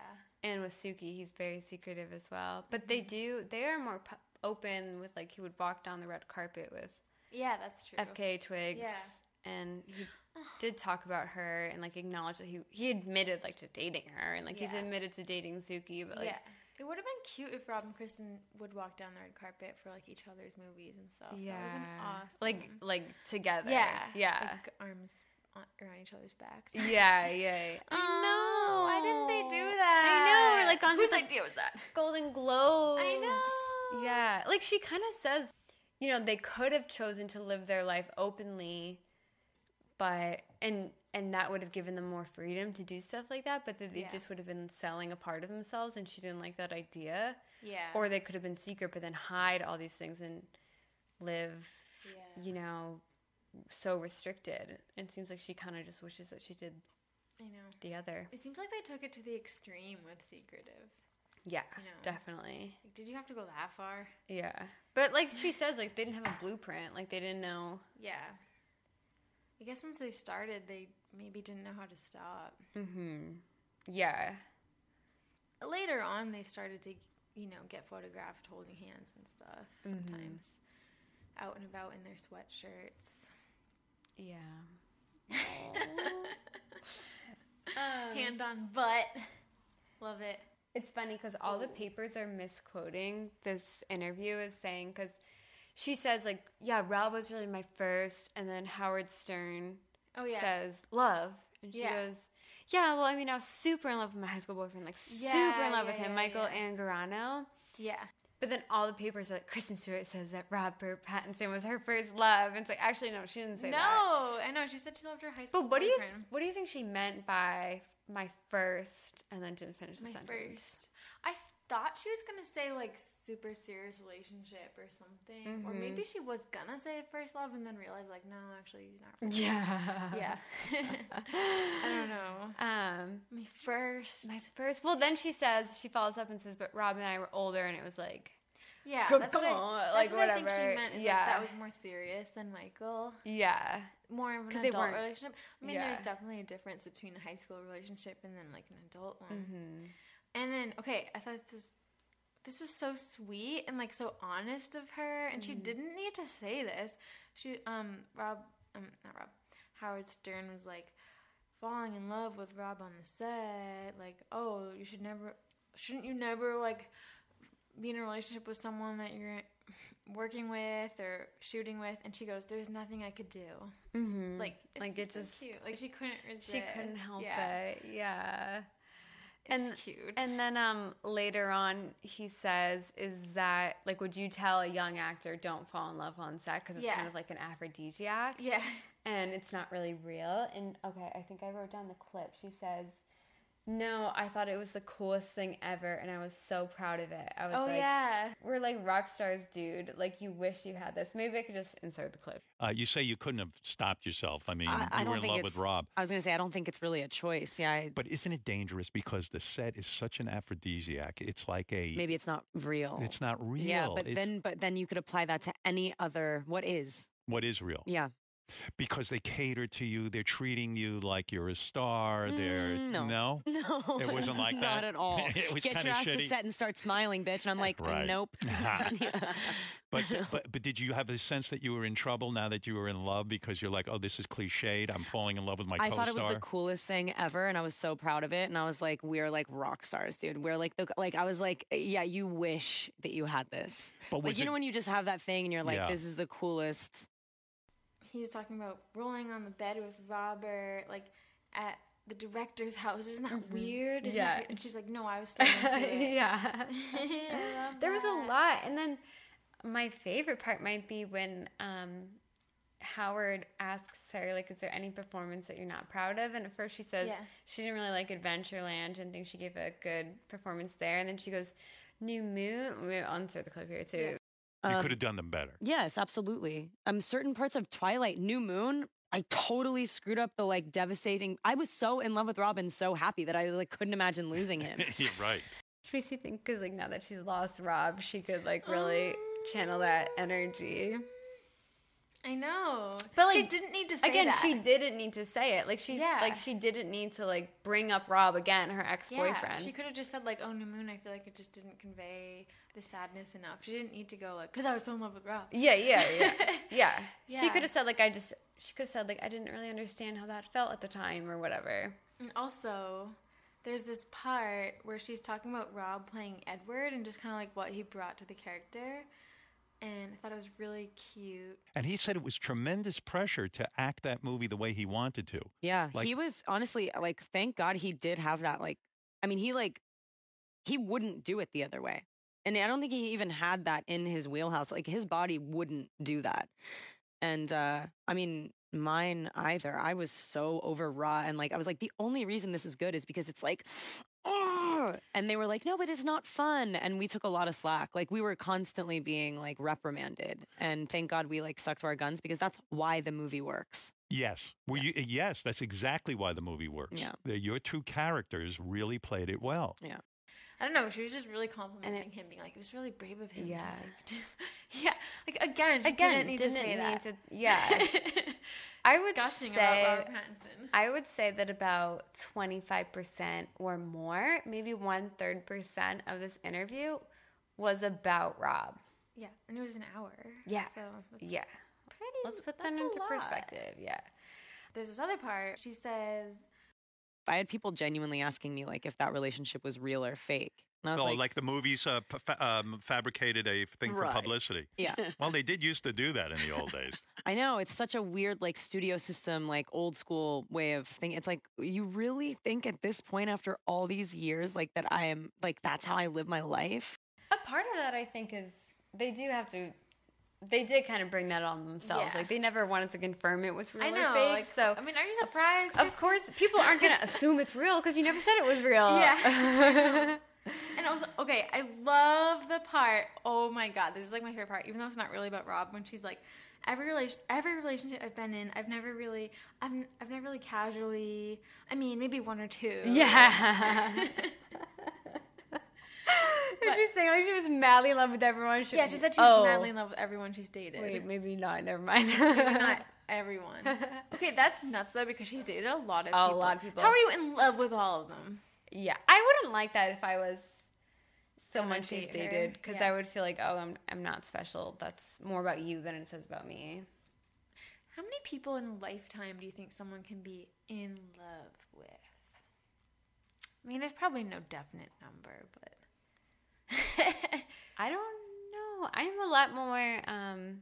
Speaker 4: and with Suki. He's very secretive as well. But
Speaker 1: Mm-hmm.
Speaker 4: they do, they are more pu- open with like he would walk down the red carpet with
Speaker 1: Yeah, that's true.
Speaker 4: FK Twigs.
Speaker 1: Yeah.
Speaker 4: And he
Speaker 1: <sighs>
Speaker 4: did talk about her and like acknowledge that he he admitted like to dating her and like he's
Speaker 1: Yeah.
Speaker 4: admitted to dating Suki, but like
Speaker 1: yeah. It would have been cute if Rob and Kristen would walk down the red carpet for like each other's movies and stuff.
Speaker 4: yeah,
Speaker 1: Oh, That would have been awesome.
Speaker 4: like like together,
Speaker 1: yeah.
Speaker 4: yeah,
Speaker 1: Like arms on, around each other's backs. <laughs>
Speaker 4: Yeah, yeah. yeah.
Speaker 1: I know. Why didn't they do that?
Speaker 4: I know. We're like on
Speaker 1: Whose
Speaker 4: just, like,
Speaker 1: idea was that?
Speaker 4: Golden Globes.
Speaker 1: I know.
Speaker 4: Yeah, like she kind of says, you know, they could have chosen to live their life openly, but and and that would have given them more freedom to do stuff like that. But that they
Speaker 1: Yeah.
Speaker 4: just would have been selling a part of themselves, and she didn't like that idea.
Speaker 1: Yeah.
Speaker 4: Or they could have been secret, but then hide all these things and live,
Speaker 1: Yeah.
Speaker 4: you know, so restricted. And it seems like she kind of just wishes that she did
Speaker 1: I know.
Speaker 4: the other.
Speaker 1: It seems like they took it to the extreme with secretive.
Speaker 4: Yeah,
Speaker 1: know.
Speaker 4: definitely.
Speaker 1: Like, did you have to go that far?
Speaker 4: Yeah. But like she says, like they didn't have a blueprint. Like they didn't know.
Speaker 1: Yeah. I guess once they started, they maybe didn't know how to stop.
Speaker 4: Yeah.
Speaker 1: later on they started to you know get photographed holding hands and stuff
Speaker 4: Mm-hmm.
Speaker 1: sometimes out and about in their sweatshirts
Speaker 4: Yeah.
Speaker 1: <laughs>
Speaker 4: Uh-huh.
Speaker 1: hand on butt love it
Speaker 4: Um, It's funny because all the papers are misquoting this interview is saying because she says like, yeah, Rob was really my first, and then Howard Stern
Speaker 1: oh yeah
Speaker 4: says love, and she
Speaker 1: Yeah.
Speaker 4: goes, yeah, well, I mean, I was super in love with my high school boyfriend, like
Speaker 1: Yeah,
Speaker 4: super in love
Speaker 1: yeah,
Speaker 4: with him,
Speaker 1: yeah,
Speaker 4: Michael
Speaker 1: yeah.
Speaker 4: Angarano.
Speaker 1: yeah
Speaker 4: But then all the papers are like Kristen Stewart says that Robert Pattinson was her first love, and it's like actually no, she didn't say
Speaker 1: no
Speaker 4: that.
Speaker 1: i know she said she loved her high school
Speaker 4: But what do you
Speaker 1: boyfriend.
Speaker 4: what do you think she meant by my first and then didn't finish the
Speaker 1: my
Speaker 4: sentence?
Speaker 1: first i f- thought she was gonna say like super serious relationship or something
Speaker 4: Mm-hmm.
Speaker 1: or maybe she was gonna say first love and then realized like no actually he's
Speaker 4: <laughs>
Speaker 1: not
Speaker 4: Yeah.
Speaker 1: yeah <laughs> i don't know
Speaker 4: Um
Speaker 1: my
Speaker 4: <laughs>
Speaker 1: first
Speaker 4: my first well then she says she follows up and says, But Rob and I were older and it was like
Speaker 1: Yeah, that's what,
Speaker 4: Caca,
Speaker 1: I,
Speaker 4: like,
Speaker 1: that's what I think she
Speaker 4: whatever.
Speaker 1: meant. Is
Speaker 4: Yeah.
Speaker 1: like that was more serious than Michael,
Speaker 4: Yeah.
Speaker 1: more of an
Speaker 4: 'Cause they
Speaker 1: adult
Speaker 4: weren't-
Speaker 1: relationship. I mean,
Speaker 4: Yeah.
Speaker 1: there's definitely a difference between a high school relationship and then like an adult one.
Speaker 4: Mm-hmm.
Speaker 1: And then okay, I thought this was, this was so sweet and like so honest of her, and she
Speaker 4: Mm-hmm.
Speaker 1: didn't need to say this. She um Rob um not Rob Howard Stern was like falling in love with Rob on the set, like oh you should never shouldn't you never like be in a relationship with someone that you're <laughs> working with or shooting with and she goes there's nothing i could do mm-hmm. like it's
Speaker 4: Like,
Speaker 1: like
Speaker 4: it
Speaker 1: it's just, so
Speaker 4: just-
Speaker 1: cute. like she couldn't resist
Speaker 4: She couldn't help
Speaker 1: yeah.
Speaker 4: it. Yeah. and
Speaker 1: cute.
Speaker 4: And then um later on he says is that like would you tell a young actor don't fall in love on set because it's
Speaker 1: Yeah.
Speaker 4: kind of like an aphrodisiac
Speaker 1: <laughs> Yeah.
Speaker 4: and it's not really real and okay I think I wrote down the clip she says no I thought it was the coolest thing ever and I was so proud of it I was
Speaker 1: Oh
Speaker 4: like
Speaker 1: yeah.
Speaker 4: we're like rock stars dude like you wish you had this maybe I could just insert the clip
Speaker 7: Uh, you say you couldn't have stopped yourself. I mean,
Speaker 8: I- I
Speaker 7: you
Speaker 8: don't
Speaker 7: were in
Speaker 8: think
Speaker 7: love with
Speaker 8: it's-
Speaker 7: Rob.
Speaker 8: I was going to say, I don't think it's really a choice. Yeah. I,
Speaker 7: But isn't it dangerous because the set is such an aphrodisiac? It's like a
Speaker 8: maybe it's not real.
Speaker 7: it's not real.
Speaker 8: Yeah, but
Speaker 7: It's-
Speaker 8: then but then you could apply that to any other what is.
Speaker 7: what is real?
Speaker 8: Yeah.
Speaker 7: Because they cater to you, they're treating you like you're a star. They're
Speaker 8: Mm, no. No.
Speaker 7: It wasn't
Speaker 8: <laughs>
Speaker 7: like
Speaker 8: Not
Speaker 7: that? <laughs>
Speaker 8: at all.
Speaker 7: It was
Speaker 8: Get
Speaker 7: kinda
Speaker 8: your ass to
Speaker 7: shitty?
Speaker 8: set and start smiling, bitch. And I'm like,
Speaker 7: Right. <laughs>
Speaker 8: nope. <laughs> Yeah.
Speaker 7: But,
Speaker 8: <laughs>
Speaker 7: but but did you have a sense that you were in trouble now that you were in love because you're like, oh, this is cliched. I'm falling in love with my
Speaker 8: I
Speaker 7: co-star.
Speaker 8: thought it was the coolest thing ever, and I was so proud of it. And I was like, "We're like rock stars, dude. We're like the like." I was like, "Yeah, you wish that you had this."
Speaker 7: But
Speaker 8: like,
Speaker 7: was
Speaker 8: you
Speaker 7: it-
Speaker 8: know, when you just have that thing, and you're like,
Speaker 7: Yeah.
Speaker 8: "This is the coolest."
Speaker 1: He was talking about rolling on the bed with Robert, like at the director's house. Isn't that weird? Isn't
Speaker 4: Mm-hmm. Yeah.
Speaker 1: That weird? And she's like, no, I was so into
Speaker 4: <laughs>
Speaker 1: it.
Speaker 4: yeah
Speaker 1: <laughs> I love
Speaker 4: There was
Speaker 1: that.
Speaker 4: a lot. And then my favorite part might be when um, Howard asks Sarah, like, is there any performance that you're not proud of? And at first she says
Speaker 1: Yeah.
Speaker 4: she didn't really like Adventureland and think she gave a good performance there. And then she goes, New Moon. We'll insert the clip here too.
Speaker 7: you
Speaker 8: Um,
Speaker 7: could have done
Speaker 8: <laughs>
Speaker 7: them better. <laughs>
Speaker 8: Yes, absolutely. Um, certain parts of Twilight, New Moon, I totally screwed up the like devastating. I was so in love with Robin, so happy that I like couldn't imagine losing him.
Speaker 7: you're right.
Speaker 4: Which makes me think, because, like, now that she's lost Rob, she could, like, really
Speaker 1: Oh.
Speaker 4: channel that energy.
Speaker 1: I know.
Speaker 4: But,
Speaker 1: she
Speaker 4: like,
Speaker 1: didn't need to say
Speaker 4: again,
Speaker 1: that.
Speaker 4: she didn't need to say it. Like she's
Speaker 1: Yeah.
Speaker 4: like she didn't need to like bring up Rob again, her ex
Speaker 1: Yeah,
Speaker 4: boyfriend.
Speaker 1: she could have just said like, "Oh, New Moon." I feel like it just didn't convey the sadness enough. She didn't need to go like, "Cause I was so in love with Rob."
Speaker 4: Yeah, yeah, yeah. <laughs> yeah. She
Speaker 1: Yeah.
Speaker 4: could have said like I just she could have said like I didn't really understand how that felt at the time or whatever.
Speaker 1: And also, there's this part where she's talking about Rob playing Edward and just kind of like what he brought to the character, and I thought it was really cute. <laughs>
Speaker 7: And he said it was tremendous pressure to act that movie the way he wanted to.
Speaker 8: Yeah,
Speaker 7: Like-
Speaker 8: he was honestly uh, like, thank God he did have that. Like, I mean, he like he wouldn't do it the other way, and I don't think he even had that in his wheelhouse. Like, his body wouldn't do that, and uh I mean, mine either. I was so over raw, and like, I was like, the only reason this is good is because it's like. <sniffs> "Ugh," And they were like, no, but it's not fun. And we took a lot of slack. Like, we were constantly being like reprimanded. And thank God we like stuck to our guns because that's why the movie works.
Speaker 7: Yes. Well, you, yes, that's exactly why the movie works.
Speaker 8: Yeah.
Speaker 7: The- Your two characters really played it well.
Speaker 1: I don't know. She was just really complimenting him, being like, "It was really brave of him."
Speaker 4: Yeah.
Speaker 1: To, like, do, yeah. Like again, she
Speaker 4: Again,
Speaker 1: didn't need to say that.
Speaker 4: to- <laughs> yeah.
Speaker 1: <laughs>
Speaker 4: I would
Speaker 1: Gushing
Speaker 4: say
Speaker 1: about Robert Pattinson.
Speaker 4: I would say that about 25% or more, maybe one third percent of this interview was about Rob.
Speaker 1: Yeah, and it was an hour.
Speaker 4: Yeah.
Speaker 1: So that's
Speaker 4: Yeah.
Speaker 1: pretty.
Speaker 4: Let's put that
Speaker 1: that's a
Speaker 4: into
Speaker 1: lot.
Speaker 4: perspective. Yeah.
Speaker 1: There's this other part. She says,
Speaker 8: I had people genuinely asking me like if that relationship was real or fake. And I was
Speaker 7: Well,
Speaker 8: like,
Speaker 7: Oh, like, the movies uh, p- fa- um, fabricated a thing
Speaker 8: Right.
Speaker 7: for publicity.
Speaker 8: yeah,
Speaker 7: <laughs> Well, they did used to do that in the old
Speaker 8: <laughs>
Speaker 7: days.
Speaker 8: I know. It's such a weird like studio system, like old school way of thinking. It's like you really think at this point after all these years like that I am like that's how I live my life.
Speaker 4: A part of that, I think, is they do have to. They did kind of bring that on themselves.
Speaker 1: Yeah.
Speaker 4: Like they never wanted to confirm it was real
Speaker 1: "I know."
Speaker 4: or fake.
Speaker 1: like,
Speaker 4: so
Speaker 1: I mean, are you surprised?
Speaker 4: of course, people aren't going to assume it's real because you never said it was real.
Speaker 1: Yeah. And also, okay, I love the part. Oh my god, this is like my favorite part, even though it's not really about Rob. When she's like, every relation, every relationship I've been in, I've never really, I've, n- I've never really casually. I mean, maybe one or two.
Speaker 4: <laughs> yeah. And she's saying like she was madly in love with everyone. She,
Speaker 1: yeah. She said she's
Speaker 4: oh,
Speaker 1: madly in love with everyone she's dated.
Speaker 4: Wait, maybe not. Never
Speaker 1: <laughs>
Speaker 4: mind.
Speaker 1: Not everyone. Okay, that's nuts though because she's dated a lot of
Speaker 4: A
Speaker 1: people.
Speaker 4: lot of people.
Speaker 1: How are you in love with all of them?
Speaker 4: Yeah, I wouldn't like that if I was someone
Speaker 1: Gonna
Speaker 4: she's
Speaker 1: date her.
Speaker 4: dated because
Speaker 1: Yeah.
Speaker 4: I would feel like, oh, I'm I'm not special. That's more about you than it says about me.
Speaker 1: How many people in a lifetime do you think someone can be in love with? I mean, there's probably no definite number, but
Speaker 4: I don't know. I'm a lot more. Um,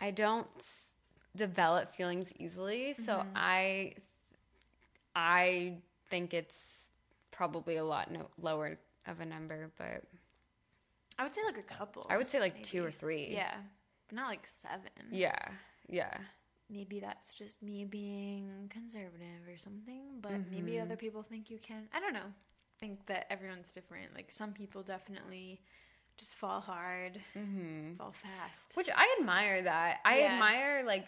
Speaker 4: I don't s- develop
Speaker 1: Mm-hmm.
Speaker 4: feelings easily, so I I think it's probably a lot no, lower of a number, but
Speaker 1: I would say like a couple.
Speaker 4: I would say like two or
Speaker 1: maybe.
Speaker 4: three.
Speaker 1: Yeah, but not like seven.
Speaker 4: Yeah. Yeah.
Speaker 1: Maybe that's just me being conservative or something, but
Speaker 4: Mm-hmm.
Speaker 1: maybe other people think you can. I don't know. I think that everyone's different. Like some people definitely just fall hard, fall fast.
Speaker 4: Mm-hmm. Which I admire that. I
Speaker 1: Yeah.
Speaker 4: admire like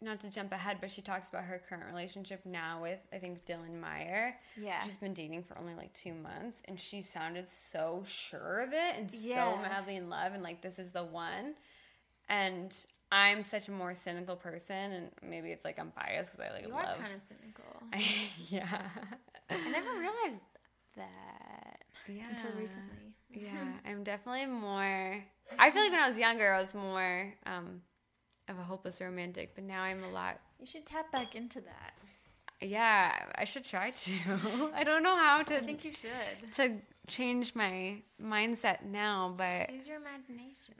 Speaker 4: not to jump ahead, but she talks about her current relationship now with I think Dylan Meyer.
Speaker 1: Yeah.
Speaker 4: She's been dating for only like two months and she sounded so sure of it and
Speaker 1: Yeah.
Speaker 4: so madly in love and like this is the one. And I'm such a more cynical person and maybe it's like I'm biased because I like
Speaker 1: You are
Speaker 4: love
Speaker 1: kind of cynical.
Speaker 4: <laughs> yeah.
Speaker 1: I never realized that
Speaker 4: Yeah.
Speaker 1: until recently.
Speaker 4: Yeah, <laughs> I'm definitely more. I feel like when I was younger, I was more um, of a hopeless romantic, but now I'm a lot.
Speaker 1: You should tap back into that.
Speaker 4: Yeah, I should try to. <laughs> I don't know how to
Speaker 1: I think you should.
Speaker 4: to change my mindset now, but
Speaker 1: Use your imagination.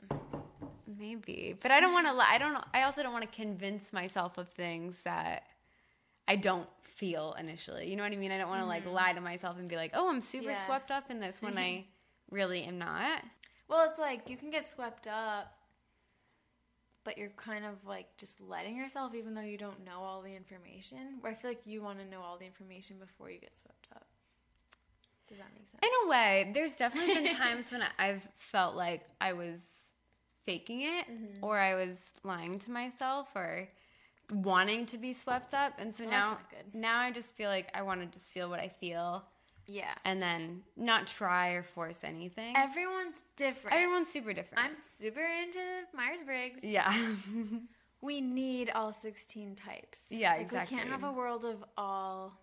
Speaker 4: maybe. But I don't want to. I don't. I also don't want to convince myself of things that I don't feel initially. You know what I mean? I don't want to like lie to myself and be like, "Oh, I'm super
Speaker 1: Mm-hmm. Yeah.
Speaker 4: swept up in this," when
Speaker 1: <laughs>
Speaker 4: I really am not.
Speaker 1: Well, it's like you can get swept up, but you're kind of like just letting yourself, even though you don't know all the information. Where I feel like you want to know all the information before you get swept up. Does that make sense?
Speaker 4: In a way, there's definitely
Speaker 1: <laughs>
Speaker 4: been times when I've felt like I was faking it
Speaker 1: Mm-hmm.
Speaker 4: or I was lying to myself or wanting to be swept up. And so
Speaker 1: that's
Speaker 4: now
Speaker 1: not good.
Speaker 4: now I just feel like I want to just feel what I feel
Speaker 1: Yeah.
Speaker 4: and then not try or force anything.
Speaker 1: Everyone's different.
Speaker 4: Everyone's super different.
Speaker 1: I'm super into Myers Briggs. <laughs>
Speaker 4: yeah.
Speaker 1: We need all 16 types.
Speaker 4: Yeah,
Speaker 1: like, We
Speaker 4: exactly.
Speaker 1: can't have a world of all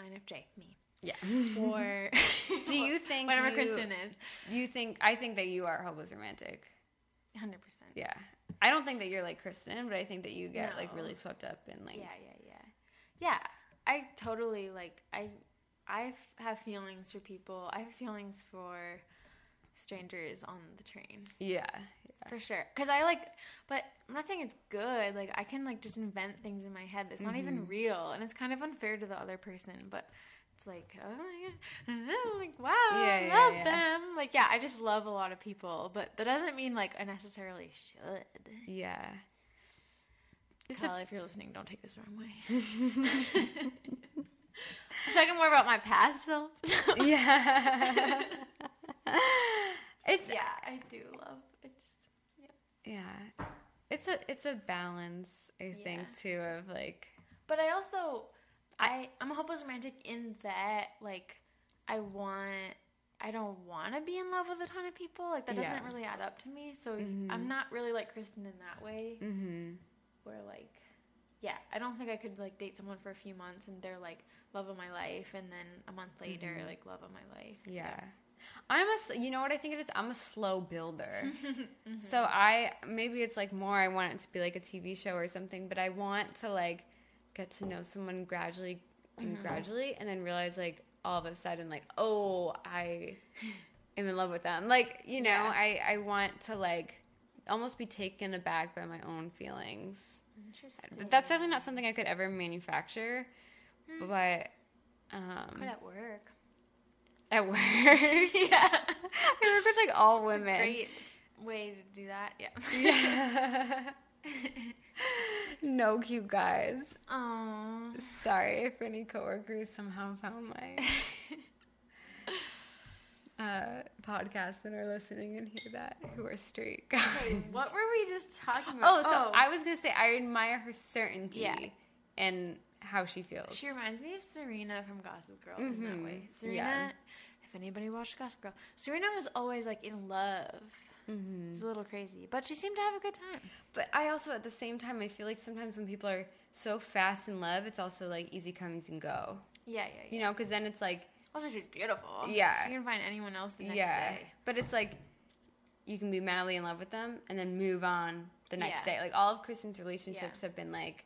Speaker 1: INFJ, me.
Speaker 4: yeah.
Speaker 1: Or.
Speaker 4: <laughs> Do
Speaker 1: <laughs>
Speaker 4: you think
Speaker 1: Whatever
Speaker 4: you-
Speaker 1: Kristen is.
Speaker 4: You think I think that you are hopeless romantic.
Speaker 1: 100%. Yeah,
Speaker 4: Yeah. I don't think that you're like Kristen, but I think that you get like
Speaker 1: No.
Speaker 4: really swept up in like
Speaker 1: yeah, yeah. Yeah. I totally, like, I, I f- have feelings for people. I have feelings for strangers on the train.
Speaker 4: yeah.
Speaker 1: For sure. Because I like, but I'm not saying it's good. Like, I can, like, just invent things in my head that's not
Speaker 4: Mm-hmm.
Speaker 1: even real. And it's kind of unfair to the other person, but it's like, oh my God. <laughs> I'm like, wow,
Speaker 4: Yeah, yeah,
Speaker 1: I love
Speaker 4: yeah.
Speaker 1: them. Like, yeah, I just love a lot of people, but that doesn't mean, like, I necessarily should.
Speaker 4: Yeah.
Speaker 1: Kyle, if you're listening, don't take this the wrong way.
Speaker 4: <laughs>
Speaker 1: I'm talking more about my past self.
Speaker 4: <laughs> Yeah. <laughs> it's
Speaker 1: yeah, I do love it.
Speaker 4: <laughs> yeah. It's a it's a balance, I think, too, of like
Speaker 1: But I also, I I'm a hopeless romantic in that like I want I don't want to be in love with a ton of people. Like that doesn't
Speaker 4: Yeah. Mm-hmm.
Speaker 1: really add up to me. So I'm not really like Kristen in that way.
Speaker 4: Mm.
Speaker 1: Mm-hmm. Where like, yeah, I don't think I could like date someone for a few months and they're like love of my life, and then a month later
Speaker 4: Mm-hmm.
Speaker 1: like love of my life.
Speaker 4: yeah. I'm a s- you know what I think it is? I'm a slow builder. So I maybe it's like more I want it to be like a TV show or something, but I want to like get to know someone gradually and gradually and then realize like all of a sudden like, "Oh, I am in love with them. Like, you know, I, I want to like almost be taken aback by my own feelings.
Speaker 1: Interesting.
Speaker 4: Th- That's definitely not something I could ever manufacture, but
Speaker 1: Good
Speaker 4: um,
Speaker 1: at work.
Speaker 4: at work, <laughs> yeah, I work with like all women. <laughs>
Speaker 1: Great way to do that. Yeah. <laughs>
Speaker 4: <laughs> No cute guys. <laughs>
Speaker 1: Oh.
Speaker 4: Sorry if any coworkers somehow found <laughs> my uh, podcast and are listening and hear that who are <laughs> straight guys.
Speaker 1: What were we just talking
Speaker 4: Oh,
Speaker 1: about?
Speaker 4: so I was gonna say I admire her certainty
Speaker 1: Yeah.
Speaker 4: and how she feels.
Speaker 1: She reminds me of Serena from Gossip Girl in that way. Serena,
Speaker 4: Mm-hmm. Yeah.
Speaker 1: if anybody watched Gossip Girl, Serena was always like in love.
Speaker 4: Mm-hmm.
Speaker 1: mm She's a little crazy, but she seemed to have a good time.
Speaker 4: But I also, at the same time, I feel like sometimes when people are so fast in love, it's also like easy comings and go.
Speaker 1: Yeah, yeah, yeah.
Speaker 4: You know, because then it's like,
Speaker 1: also, she's beautiful.
Speaker 4: Yeah.
Speaker 1: She can find anyone else the next
Speaker 4: yeah.
Speaker 1: day.
Speaker 4: But it's like you can be madly in love with them and then move on the next
Speaker 1: Yeah.
Speaker 4: day. Like all of Kristen's relationships have been like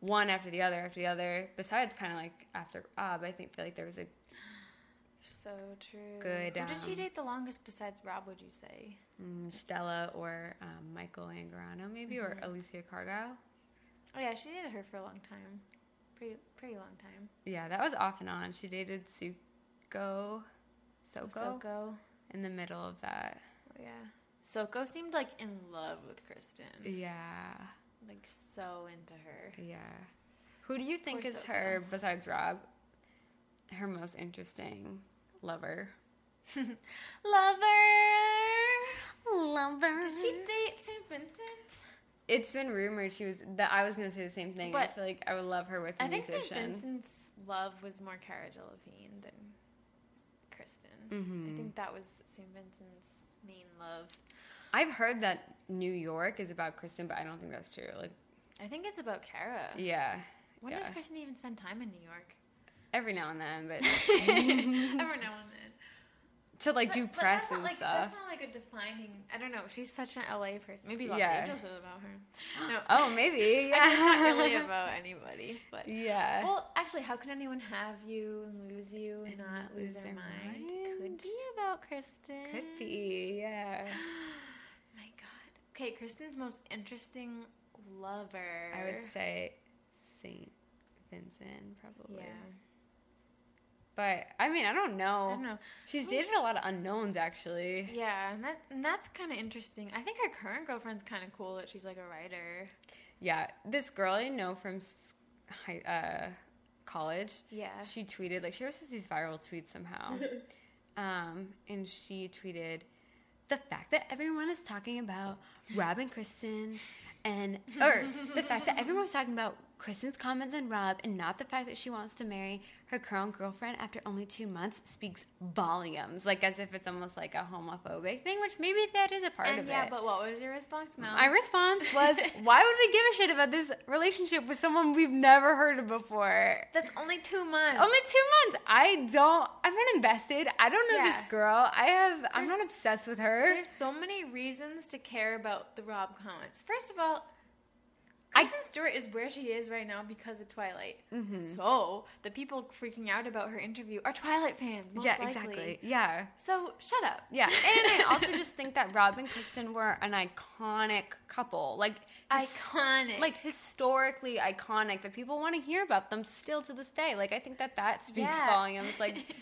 Speaker 4: one after the other after the other. Besides, kind of like after Rob, I think feel like there was a
Speaker 1: So true.
Speaker 4: Good,
Speaker 1: Who did she
Speaker 4: um,
Speaker 1: date the longest besides Rob, would you say?
Speaker 4: mm, Stella or um, Michael Angarano maybe
Speaker 1: Mm-hmm.
Speaker 4: or Alicia Cargyle.
Speaker 1: Oh, yeah, she dated her for a long time. Pretty, pretty long time.
Speaker 4: Yeah, that was off and on. She dated Sue Go, Soko,
Speaker 1: Soko.
Speaker 4: in the middle of that.
Speaker 1: Yeah. Soko seemed like in love with Kristen.
Speaker 4: Yeah,
Speaker 1: Like so into her.
Speaker 4: yeah. Who do you think
Speaker 1: Or
Speaker 4: is
Speaker 1: Soko.
Speaker 4: her besides Rob? Her most interesting lover.
Speaker 1: Lover.
Speaker 4: Lover.
Speaker 1: Did she date St. Vincent?
Speaker 4: It's been rumored she was that I was gonna say the same thing. I
Speaker 1: But-
Speaker 4: feel like I would love her with a
Speaker 1: I think St.
Speaker 4: musician.
Speaker 1: Vincent's love was more Cara Delevingne than Kristen.
Speaker 4: Mm-hmm.
Speaker 1: I think that was St. Vincent's main love.
Speaker 4: I've heard that New York is about Kristen, but I don't think that's true. Like,
Speaker 1: I think it's about Cara.
Speaker 4: yeah,
Speaker 1: When does
Speaker 4: yeah.
Speaker 1: Kristen even spend time in New York? <laughs>
Speaker 4: every now and then, but <laughs>
Speaker 1: Every now and then.
Speaker 4: to like do
Speaker 1: But- but
Speaker 4: press
Speaker 1: that's not
Speaker 4: and
Speaker 1: like,
Speaker 4: stuff.
Speaker 1: That's not like a defining. I don't know. She's such an LA person. Maybe Los
Speaker 4: Yeah.
Speaker 1: Angeles is about
Speaker 4: <gasps>
Speaker 1: her. No. um,
Speaker 4: Oh,
Speaker 1: <laughs>
Speaker 4: maybe.
Speaker 1: It's not
Speaker 4: <laughs>
Speaker 1: really
Speaker 4: Yeah.
Speaker 1: about anybody. But
Speaker 4: yeah.
Speaker 1: well, actually, how can anyone have you and lose you and, not lose their, mind? Could be about Kristen.
Speaker 4: Could be. Yeah.
Speaker 1: <gasps> My God. Okay, Kristen's most interesting lover.
Speaker 4: I would say Saint Vincent probably.
Speaker 1: Yeah.
Speaker 4: But I mean, I don't know.
Speaker 1: I don't know.
Speaker 4: She's dated a lot of unknowns actually.
Speaker 1: Yeah, and that and that's kind of interesting. I think her current girlfriend's kind of cool that she's like a writer.
Speaker 4: Yeah, this girl I know from s- high, uh, college.
Speaker 1: Yeah.
Speaker 4: she tweeted like she always has these viral tweets
Speaker 1: <laughs>
Speaker 4: somehow, um, and she tweeted the fact that everyone is talking about Rob and Kristen,
Speaker 1: <laughs>
Speaker 4: and or the fact that everyone's talking about Kristen's comments on Rob, and not the fact that she wants to marry her current girlfriend after only two months speaks volumes. Like as if it's almost like a homophobic thing, which maybe that is a part
Speaker 1: and
Speaker 4: of
Speaker 1: yeah,
Speaker 4: it.
Speaker 1: but what was your response, Mel?
Speaker 4: <laughs> My response
Speaker 1: <laughs>
Speaker 4: was, why would we give a shit about this relationship with someone we've never heard of before?
Speaker 1: That's only two months.
Speaker 4: Only two months. I don't. I'm not invested. I don't know
Speaker 1: Yeah.
Speaker 4: this girl. I have. I'm not
Speaker 1: There's-
Speaker 4: obsessed with her.
Speaker 1: There's so many reasons to care about the Rob comments. First of all,
Speaker 4: I-
Speaker 1: Kristen Stewart is where she is right now because of Twilight.
Speaker 4: Mm-hmm.
Speaker 1: So the people freaking out about her interview are Twilight fans, most
Speaker 4: yeah,
Speaker 1: likely.
Speaker 4: exactly. Yeah,
Speaker 1: So shut up.
Speaker 4: yeah. <laughs> And I also just think that Rob and Kristen were an iconic couple. Like his-
Speaker 1: iconic.
Speaker 4: Like historically iconic that people want to hear about them still to this day. Like I think that that speaks
Speaker 1: Yeah.
Speaker 4: volumes. <laughs> Like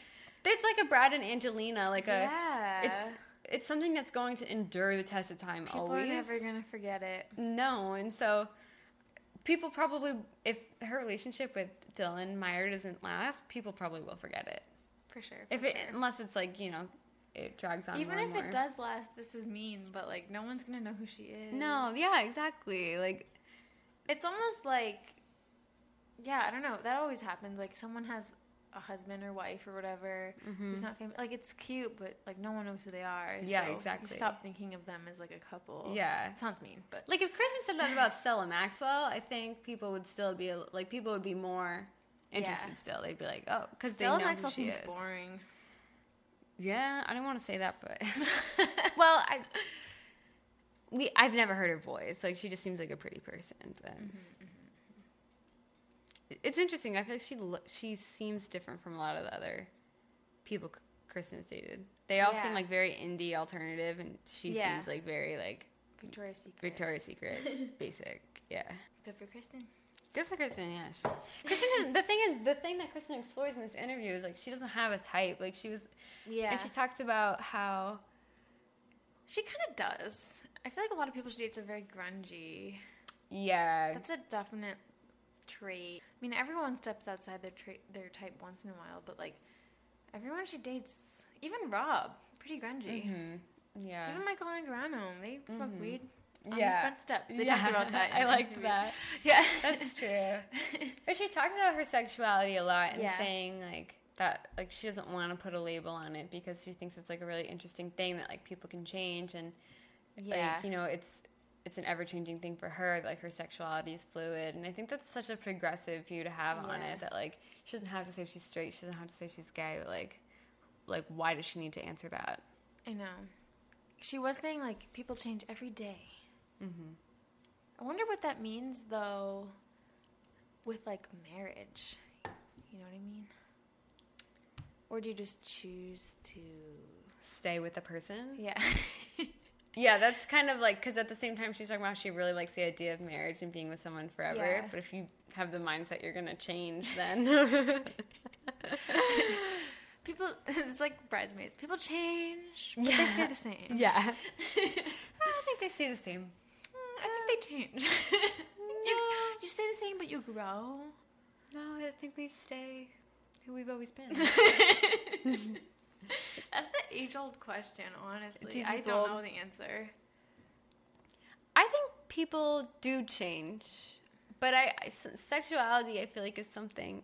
Speaker 4: it's like a Brad and Angelina. Like a
Speaker 1: yeah.
Speaker 4: it's it's something that's going to endure the test of time.
Speaker 1: people
Speaker 4: always.
Speaker 1: are never gonna forget it.
Speaker 4: No, and so people probably, if her relationship with Dylan Meyer doesn't last, people probably will forget it.
Speaker 1: For sure.
Speaker 4: If
Speaker 1: for
Speaker 4: it,
Speaker 1: sure.
Speaker 4: unless it's like you know, it drags on.
Speaker 1: even
Speaker 4: more
Speaker 1: if
Speaker 4: and more.
Speaker 1: it does last, this is mean, but like no one's gonna know who she is.
Speaker 4: No, yeah, exactly. Like,
Speaker 1: it's almost like yeah i don't know that always happens like someone has a husband or wife or whatever who's not famous like it's cute but like no one knows who they are
Speaker 4: Mm-hmm. Yeah,
Speaker 1: so
Speaker 4: exactly.
Speaker 1: you stop thinking of them as like a couple
Speaker 4: Yeah.
Speaker 1: it sounds mean but
Speaker 4: like if Kristen said that about Stella Maxwell, I think people would still be a- like, people would be more interested
Speaker 1: Yeah.
Speaker 4: still. They'd be like, oh, because they know
Speaker 1: Stella Maxwell
Speaker 4: who she
Speaker 1: seems
Speaker 4: is.
Speaker 1: boring
Speaker 4: Yeah, I don't want to say that,
Speaker 1: <laughs>
Speaker 4: but <laughs> well, I we I've never heard her voice. Like she just seems like a pretty person, but
Speaker 1: Mm-hmm,
Speaker 4: it's interesting. I feel like she lo- she seems different from a lot of the other people K- Kristen has dated. They all seem
Speaker 1: Yeah.
Speaker 4: like very indie alternative, and she
Speaker 1: Yeah.
Speaker 4: seems like very like
Speaker 1: victoria's secret
Speaker 4: Victoria's
Speaker 1: <laughs>
Speaker 4: Secret basic. Yeah.
Speaker 1: good for kristen
Speaker 4: Good for Kristen, yeah. She- Kristen, doesn't- the thing is, the thing that Kristen explores in this interview is like she doesn't have a type. Like she was,
Speaker 1: yeah
Speaker 4: and she talks about how
Speaker 1: she kind of does i feel like a lot of people she dates are very grungy
Speaker 4: Yeah.
Speaker 1: That's a definite trait. I mean, everyone steps outside their trait, their type once in a while, but like everyone she dates, even Rob, pretty grungy.
Speaker 4: Mm-hmm. yeah. Mm-hmm.
Speaker 1: Even Michael and Grano, they smoke weed on
Speaker 4: Yeah.
Speaker 1: the front steps. They talked about that.
Speaker 4: <laughs>
Speaker 1: in
Speaker 4: I
Speaker 1: the
Speaker 4: liked
Speaker 1: interview.
Speaker 4: that.
Speaker 1: Yeah,
Speaker 4: <laughs>
Speaker 1: <laughs>
Speaker 4: That's true. But she talks about her sexuality a lot and
Speaker 1: Yeah.
Speaker 4: saying like that like she doesn't want to put a label on it because she thinks it's like a really interesting thing that like people can change and
Speaker 1: yeah.
Speaker 4: like you know it's it's an ever changing thing for her like her sexuality is fluid and I think that's such a progressive view to have on
Speaker 1: Yeah.
Speaker 4: it that like she doesn't have to say she's straight she doesn't have to say she's gay but, like like why does she need to answer that
Speaker 1: I know. She was saying like people change every day.
Speaker 4: Mm-hmm.
Speaker 1: I wonder what that means though. With like marriage, you know what I mean? Or do you just choose to
Speaker 4: stay with the person
Speaker 1: Yeah.
Speaker 4: <laughs> Yeah, that's kind of like because at the same time she's talking about how she really likes the idea of marriage and being with someone forever.
Speaker 1: Yeah.
Speaker 4: But <laughs> if you have the mindset you're gonna change, then
Speaker 1: people. <laughs> It's like bridesmaids. People change, but they stay the same.
Speaker 4: Yeah. <laughs> I don't think they stay the same.
Speaker 1: Mm, I think they change. <laughs> you, you stay the same, but you grow.
Speaker 4: <laughs>
Speaker 1: <laughs>
Speaker 4: No, I think we stay who we've always been.
Speaker 1: That's the age-old question, honestly.
Speaker 4: Do
Speaker 1: I
Speaker 4: people-
Speaker 1: don't know the answer.
Speaker 4: <laughs> I think people do change, but I, I- s- sexuality I feel like is something.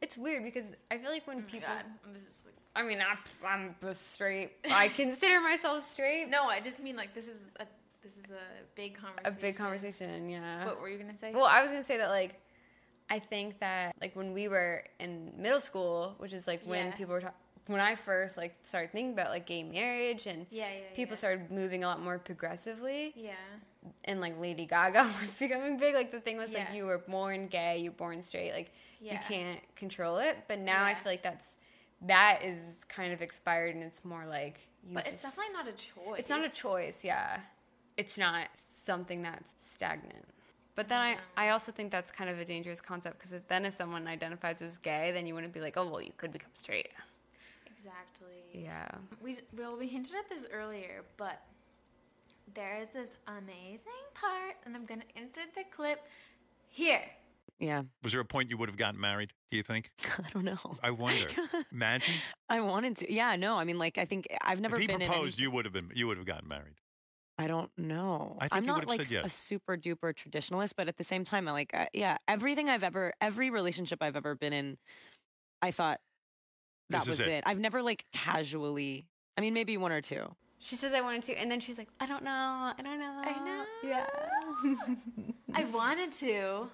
Speaker 4: It's weird because I feel like when people.
Speaker 1: God, I'm just like,
Speaker 4: Oh I mean, I, I'm the straight. I consider myself <laughs> straight.
Speaker 1: no, I just mean like this is a this is a big
Speaker 4: a
Speaker 1: conversation.
Speaker 4: big conversation, yeah.
Speaker 1: What were you gonna say?
Speaker 4: Well, I was gonna say that like, I think that like when we were in middle school, which is like when
Speaker 1: Yeah.
Speaker 4: people were ta- when I first like started thinking about like gay marriage and
Speaker 1: Yeah, yeah,
Speaker 4: people
Speaker 1: yeah.
Speaker 4: started moving a lot more progressively
Speaker 1: yeah,
Speaker 4: and like Lady Gaga <laughs> was becoming big. Like the thing was
Speaker 1: Yeah.
Speaker 4: like you were born gay, you were born straight, like you
Speaker 1: Yeah.
Speaker 4: can't control it. But now I
Speaker 1: Yeah.
Speaker 4: feel like that's that is kind of expired and it's more like you.
Speaker 1: but it's
Speaker 4: just-
Speaker 1: definitely not a choice.
Speaker 4: it's not a choice, yeah. It's not something that's stagnant. But then I, I also think that's kind of a dangerous concept because if, then if someone identifies as gay, then you wouldn't be like, oh, well, you could become straight.
Speaker 1: Exactly.
Speaker 4: Yeah.
Speaker 1: We well, we hinted at this earlier, but there is this amazing part, and I'm gonna insert the clip here.
Speaker 8: Yeah. <laughs>
Speaker 7: Was there a point you would have gotten married, do you think?
Speaker 8: I don't know. <laughs>
Speaker 7: I wonder. Imagine.
Speaker 8: I wanted to. Yeah, no. I mean, like, I think I've never
Speaker 7: if he
Speaker 8: been in.
Speaker 7: proposed,
Speaker 8: Any,
Speaker 7: you would have been you would have gotten married.
Speaker 8: I don't know.
Speaker 7: I think
Speaker 8: I'm
Speaker 7: you
Speaker 8: not
Speaker 7: would've
Speaker 8: like
Speaker 7: said
Speaker 8: s- a
Speaker 7: yes.
Speaker 8: super duper traditionalist, but at the same time, I like, uh, yeah, everything I've ever, every relationship I've ever been in, I thought that
Speaker 7: This is
Speaker 8: was
Speaker 7: it.
Speaker 8: it. I've never like casually. I mean, maybe one or two.
Speaker 7: <laughs>
Speaker 4: She says, I wanted to. And then she's like, I don't know. I don't know.
Speaker 1: I know.
Speaker 4: Yeah.
Speaker 1: I wanted <laughs> to.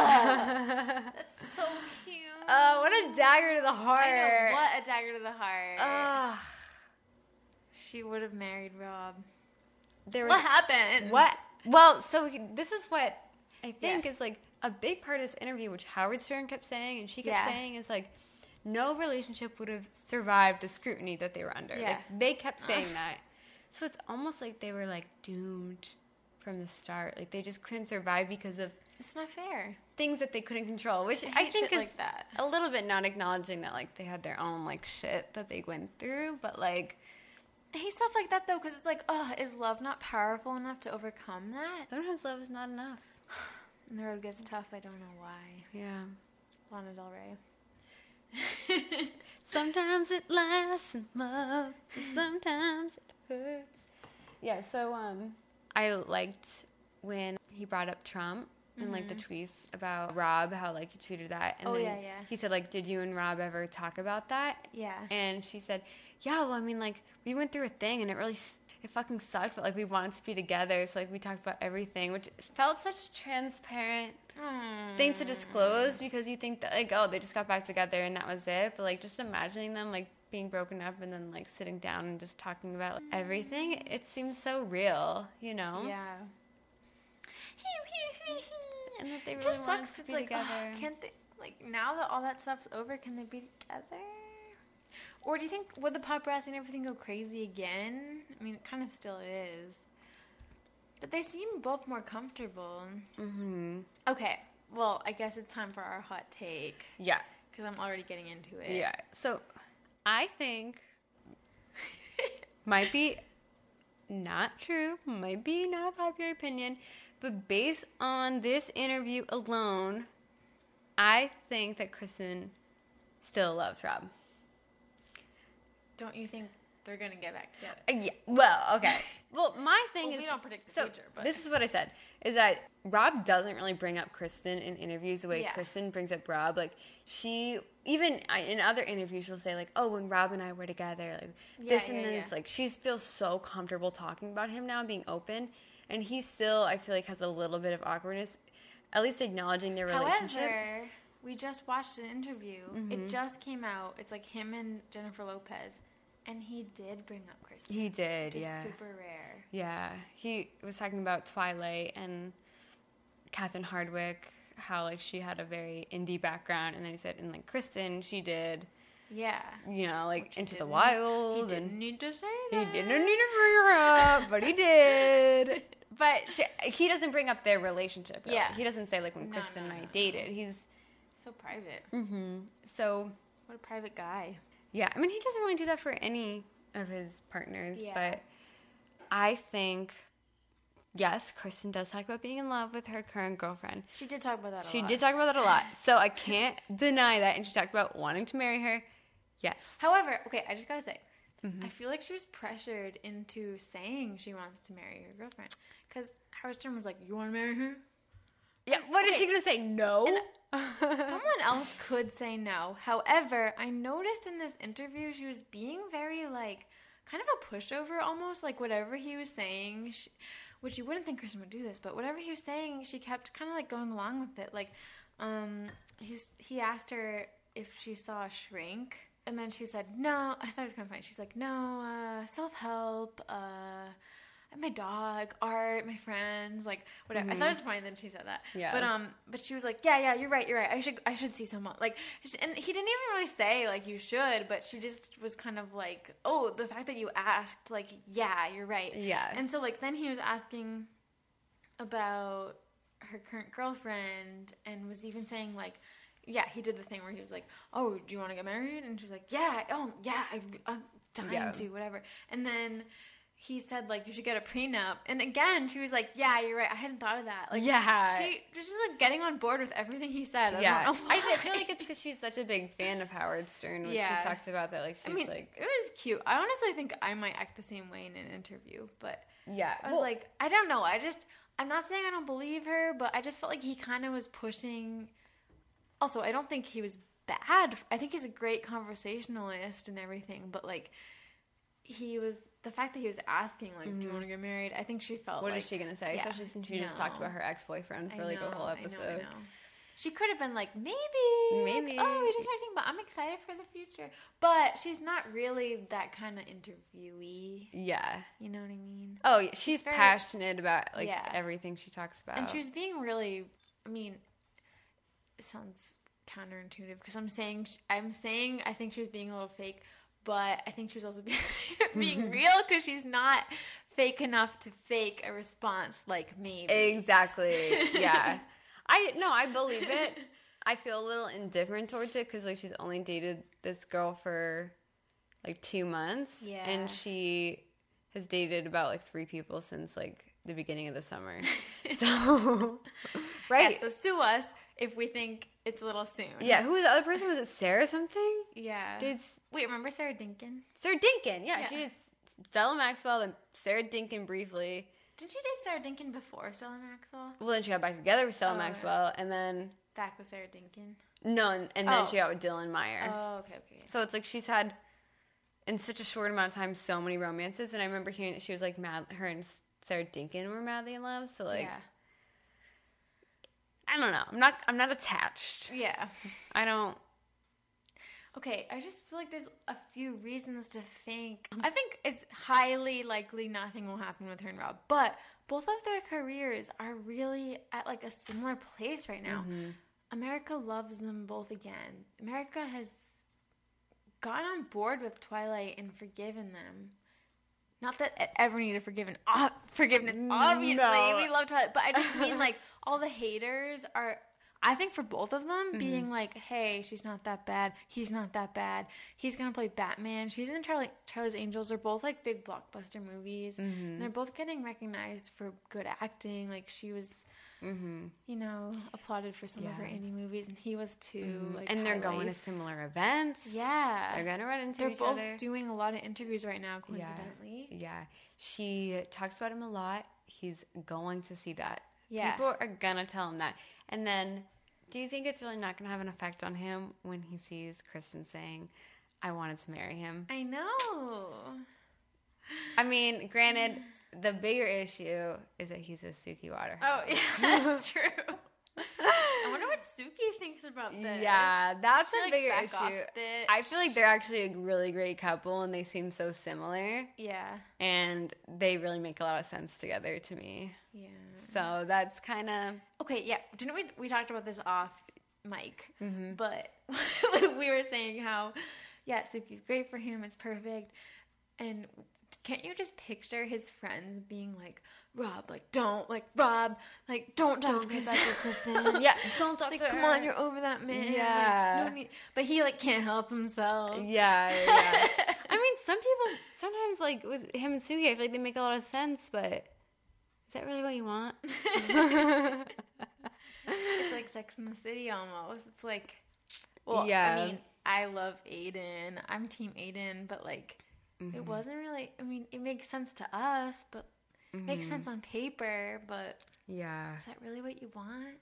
Speaker 1: <laughs> That's so cute.
Speaker 4: Oh, what a dagger to the heart.
Speaker 1: I know, what a dagger to the heart.
Speaker 4: Ugh.
Speaker 1: she would have married Rob.
Speaker 4: there was
Speaker 1: What happened?
Speaker 4: What? Well, so he- this is what I think is like a big part of this interview, which Howard Stern kept saying, and she kept
Speaker 1: Yeah.
Speaker 4: saying, is like no relationship would have survived the scrutiny that they were under.
Speaker 1: Yeah.
Speaker 4: Like they kept saying that. So it's almost like they were like doomed from the start. Like they just couldn't survive because of
Speaker 1: It's not fair.
Speaker 4: things that they couldn't control, which I,
Speaker 1: hate
Speaker 4: think is
Speaker 1: shit like that.
Speaker 4: a little bit not acknowledging that like they had their own like shit that they went through, but like
Speaker 1: I hate stuff like that though, because it's like, oh, is love not powerful enough to overcome that?
Speaker 4: sometimes love is not enough.
Speaker 1: And the road gets tough. I don't know why.
Speaker 4: Yeah.
Speaker 1: Lana Del Rey.
Speaker 4: Sometimes it lasts in love, and sometimes it hurts. Yeah, so um, I liked when he brought up Trump and like the tweets about Rob, how like he tweeted that, and
Speaker 1: Mm-hmm. Oh,
Speaker 4: then
Speaker 1: yeah, yeah.
Speaker 4: he said like, "Did you and Rob ever talk about that?"
Speaker 1: Yeah.
Speaker 4: and she said, "Yeah, well, I mean, like we went through a thing, and it really." s- It fucking sucked, but like we wanted to be together, so like we talked about everything, which felt such a transparent thing to disclose
Speaker 1: Hmm.
Speaker 4: because you think that like oh they just got back together and that was it but like just imagining them like being broken up and then like sitting down and just talking about like, everything it seems so real you know
Speaker 1: Yeah.
Speaker 4: and that they really
Speaker 1: just
Speaker 4: wanted
Speaker 1: sucks.
Speaker 4: to
Speaker 1: It's
Speaker 4: be
Speaker 1: like,
Speaker 4: together
Speaker 1: ugh, <sighs> can't they? Like now that all that stuff's over, can they be together? Or do you think would the paparazzi and everything go crazy again? I mean, it kind of still is. But they seem both more comfortable. Mm-hmm. Okay. Well, I guess it's time for our hot take
Speaker 4: yeah
Speaker 1: because I'm already getting into it.
Speaker 4: yeah so i think might be not true might be not a popular opinion but based on this interview alone i think that kristen still loves rob
Speaker 1: Don't you think they're gonna get back together?
Speaker 4: Uh, Yeah. Well,
Speaker 1: <laughs>
Speaker 4: okay. Well, my thing
Speaker 1: Well,
Speaker 4: is
Speaker 1: we don't predict the
Speaker 4: so
Speaker 1: future, but-
Speaker 4: this is what I said is that Rob doesn't really bring up Kristen in interviews the way
Speaker 1: Yeah.
Speaker 4: Kristen brings up Rob. Like she even I, in other interviews she'll say like, "Oh, when Rob and I were together, like this
Speaker 1: yeah,
Speaker 4: and this."
Speaker 1: yeah.
Speaker 4: Like she feels so comfortable talking about him now, being open, and he still I feel like has a little bit of awkwardness, at least acknowledging their relationship. Mm-hmm.
Speaker 1: However, we just watched an interview. It just came out. It's like him and Jennifer Lopez, and he did bring up Kristen.
Speaker 4: he did,
Speaker 1: which is
Speaker 4: yeah.
Speaker 1: super rare.
Speaker 4: Yeah, he was talking about Twilight and Katherine Hardwick, how like she had a very indie background, and then he said, and like Kristen, she did,
Speaker 1: Yeah.
Speaker 4: you know, like Into the
Speaker 1: didn't. He
Speaker 4: Wild,
Speaker 1: didn't
Speaker 4: and
Speaker 1: need to say
Speaker 4: he
Speaker 1: that.
Speaker 4: didn't need to bring her up, but he
Speaker 1: <laughs>
Speaker 4: did. But she, he doesn't bring up their relationship. Really.
Speaker 1: Yeah.
Speaker 4: he doesn't say like when
Speaker 1: No,
Speaker 4: Kristen and
Speaker 1: no,
Speaker 4: I
Speaker 1: no, no.
Speaker 4: dated. He's
Speaker 1: So private.
Speaker 4: so
Speaker 1: What a private guy.
Speaker 4: Yeah, I mean, he doesn't really do that for any of his partners,
Speaker 1: Yeah.
Speaker 4: but I think, yes, Kristen does talk about being in love with her current girlfriend.
Speaker 1: She did talk about that. a
Speaker 4: She
Speaker 1: lot.
Speaker 4: did talk about that a lot, so I
Speaker 1: <laughs>
Speaker 4: can't deny that. And she talked about wanting to marry her. Yes.
Speaker 1: However, okay, I just gotta say,
Speaker 4: Mm-hmm.
Speaker 1: I feel like she was pressured into saying she wants to marry her girlfriend because Howard Stern was like, "You want to marry her?"
Speaker 4: yeah, What is she going to say? No?
Speaker 1: Someone else could say no. However, I noticed in this interview she was being very like kind of a pushover almost like whatever he was saying she, which you wouldn't think Kristen would do this, but whatever he was saying, she kept kind of like going along with it. Like um he was, he asked her if she saw a shrink and then she said, "No, <laughs> I thought it was kind of funny. She's like, "No, uh self-help, uh my dog, art, my friends, like whatever. I thought it was funny. Then she said that.
Speaker 4: Mm-hmm. Yeah.
Speaker 1: But um, but she was like, yeah, yeah, you're right, you're right. I should, I should see someone. Like, sh- and he didn't even really say like you should, but she just was kind of like, oh, the fact that you asked, like, yeah, you're right.
Speaker 4: Yeah.
Speaker 1: And so like then he was asking about her current girlfriend and was even saying like yeah he did the thing where he was like oh do you want to get married and she was like yeah oh yeah I, i'm dying
Speaker 4: Yeah.
Speaker 1: to whatever and then he said like you should get a prenup and again she was like yeah you're right i hadn't thought of that like
Speaker 4: yeah.
Speaker 1: she was just like getting on board with everything he said I
Speaker 4: yeah.
Speaker 1: don't know
Speaker 4: I fe-
Speaker 1: why.
Speaker 4: feel like it's because she's such a big fan of Howard Stern when
Speaker 1: Yeah.
Speaker 4: she talked about that. Like, she's
Speaker 1: <laughs> I mean,
Speaker 4: like,
Speaker 1: it was cute. I honestly think I might act the same way in an interview, but
Speaker 4: yeah.
Speaker 1: I was
Speaker 4: well,
Speaker 1: like, I don't know. I just, I'm not saying I don't believe her, but I just felt like he kind of was pushing. Also, I don't think he was bad. I think he's a great conversationalist and everything, but like, he was the fact that he was asking, like, do you want to get married? I think she felt.
Speaker 4: Mm-hmm. what
Speaker 1: like,
Speaker 4: is she going to say?
Speaker 1: yeah,
Speaker 4: Especially since she just talked
Speaker 1: no.
Speaker 4: about her ex boyfriend
Speaker 1: I
Speaker 4: for like a
Speaker 1: know,
Speaker 4: whole
Speaker 1: I know, I
Speaker 4: episode.
Speaker 1: know. She could have been like, maybe, like,
Speaker 4: Maybe.
Speaker 1: oh, we did talking, but I'm excited for the future. But she's not really that kind of interviewee.
Speaker 4: Yeah.
Speaker 1: You know what I mean?
Speaker 4: Oh, yeah, she's,
Speaker 1: very-
Speaker 4: passionate about like
Speaker 1: Yeah.
Speaker 4: everything she talks about.
Speaker 1: And she was being really. I mean, it sounds counterintuitive because I'm saying sh- I'm saying I think she was being a little fake, but I think she was also <laughs> being,
Speaker 4: <laughs>
Speaker 1: being real because she's not fake enough to fake a response like maybe. <laughs>
Speaker 4: exactly. Yeah. I no, I believe
Speaker 1: <laughs>
Speaker 4: it. I feel a little indifferent towards it because like she's only dated this girl for like two months,
Speaker 1: Yeah.
Speaker 4: and she has dated about like three people since like the beginning of the summer.
Speaker 1: <laughs>
Speaker 4: So right,
Speaker 1: Yeah, so sue us if we think it's a little soon.
Speaker 4: yeah. Who was the other person? Was it Sarah something?
Speaker 1: Yeah.
Speaker 4: Did
Speaker 1: wait? Remember Sarah Dinkin?
Speaker 4: Sarah Dinkin? Yeah,
Speaker 1: Yeah.
Speaker 4: she did Stella Maxwell and Sarah Dinkin briefly.
Speaker 1: Didn't she date Sarah Dinkin before Stella Maxwell?
Speaker 4: Well, then she got back together with Stella
Speaker 1: Oh, right.
Speaker 4: Maxwell, and then
Speaker 1: Back with Sarah Dinkin.
Speaker 4: no, and, and then
Speaker 1: Oh.
Speaker 4: she got with Dylan Meyer.
Speaker 1: Oh, okay, okay.
Speaker 4: So it's like she's had in such a short amount of time so many romances, and I remember hearing that she was like mad. Her and Sarah Dinkin were madly in love. So like,
Speaker 1: yeah.
Speaker 4: I don't know. I'm not. I'm not attached.
Speaker 1: Yeah.
Speaker 4: I don't.
Speaker 1: Okay, I just feel like there's a few reasons to think. I think it's highly likely nothing will happen with her and Rob, but both of their careers are really at like a similar place right now. America loves them both again. America has gotten on board with Twilight and forgiven them. Not that I ever need to forgive an ob- forgiveness. Obviously, we love Twilight, but I just
Speaker 4: <laughs>
Speaker 1: mean like all the haters are. I think for both of them,
Speaker 4: Mm-hmm.
Speaker 1: being like, "Hey, she's not that bad. He's not that bad. He's gonna play Batman. She's in Charlie Charlie's Angels." Are both like big blockbuster movies.
Speaker 4: Mm-hmm.
Speaker 1: And they're both getting recognized for good acting. Like she was, you know, applauded for some of her
Speaker 4: Mm-hmm. Yeah. Mm-hmm.
Speaker 1: indie movies, and he was too. Like,
Speaker 4: and they're
Speaker 1: High
Speaker 4: going to
Speaker 1: Life.
Speaker 4: similar events.
Speaker 1: Yeah,
Speaker 4: they're gonna run into
Speaker 1: they're
Speaker 4: each
Speaker 1: both
Speaker 4: other.
Speaker 1: doing a lot of interviews right now,
Speaker 4: Yeah.
Speaker 1: coincidentally.
Speaker 4: Yeah. She talks about him a lot. He's going to see that.
Speaker 1: Yeah.
Speaker 4: People are gonna tell him that. And then do you think it's really not gonna have an effect on him when he sees Kristen saying, I wanted to marry him?
Speaker 1: I know.
Speaker 4: I mean, granted, the bigger issue is that he's with Suki Water.
Speaker 1: Oh, <laughs> yeah, <laughs> that's true. I wonder what Suki thinks about this.
Speaker 4: Yeah, that's
Speaker 1: Does she,
Speaker 4: a
Speaker 1: like,
Speaker 4: bigger
Speaker 1: back
Speaker 4: issue.
Speaker 1: off,
Speaker 4: I
Speaker 1: bitch?
Speaker 4: feel like they're actually a really great couple and they seem so similar
Speaker 1: Yeah,
Speaker 4: and they really make a lot of sense together to me.
Speaker 1: yeah.
Speaker 4: So that's kind of
Speaker 1: <laughs> Okay, yeah. Didn't we we talked about this off mic? But <laughs> we were saying how yeah, Suki's great for him. It's perfect. And can't you just picture his friends being like, Rob, like, don't, like, Rob, like, don't talk
Speaker 3: Don't
Speaker 1: to
Speaker 3: get
Speaker 1: Kristen.
Speaker 3: back
Speaker 1: <laughs>
Speaker 3: to Kristen.
Speaker 4: Yeah, don't talk
Speaker 1: Like,
Speaker 4: to
Speaker 1: come
Speaker 4: her.
Speaker 1: on, you're over that man. Like,
Speaker 4: Yeah.
Speaker 1: no need- But he, like, can't help himself.
Speaker 4: Yeah,
Speaker 1: <laughs>
Speaker 4: yeah. I mean, some people sometimes like with him and Sugi, I feel like they make a lot of sense, but is that really what you
Speaker 1: <laughs>
Speaker 4: want?
Speaker 1: It's like Sex in the City almost. It's like, well,
Speaker 4: Yeah.
Speaker 1: I mean, I love Aiden. I'm Team Aiden, but like,
Speaker 4: Mm-hmm.
Speaker 1: it wasn't really. I mean, it makes sense to us, but it makes sense
Speaker 4: Mm-hmm.
Speaker 1: on paper. But
Speaker 4: Yeah,
Speaker 1: is that really what you want?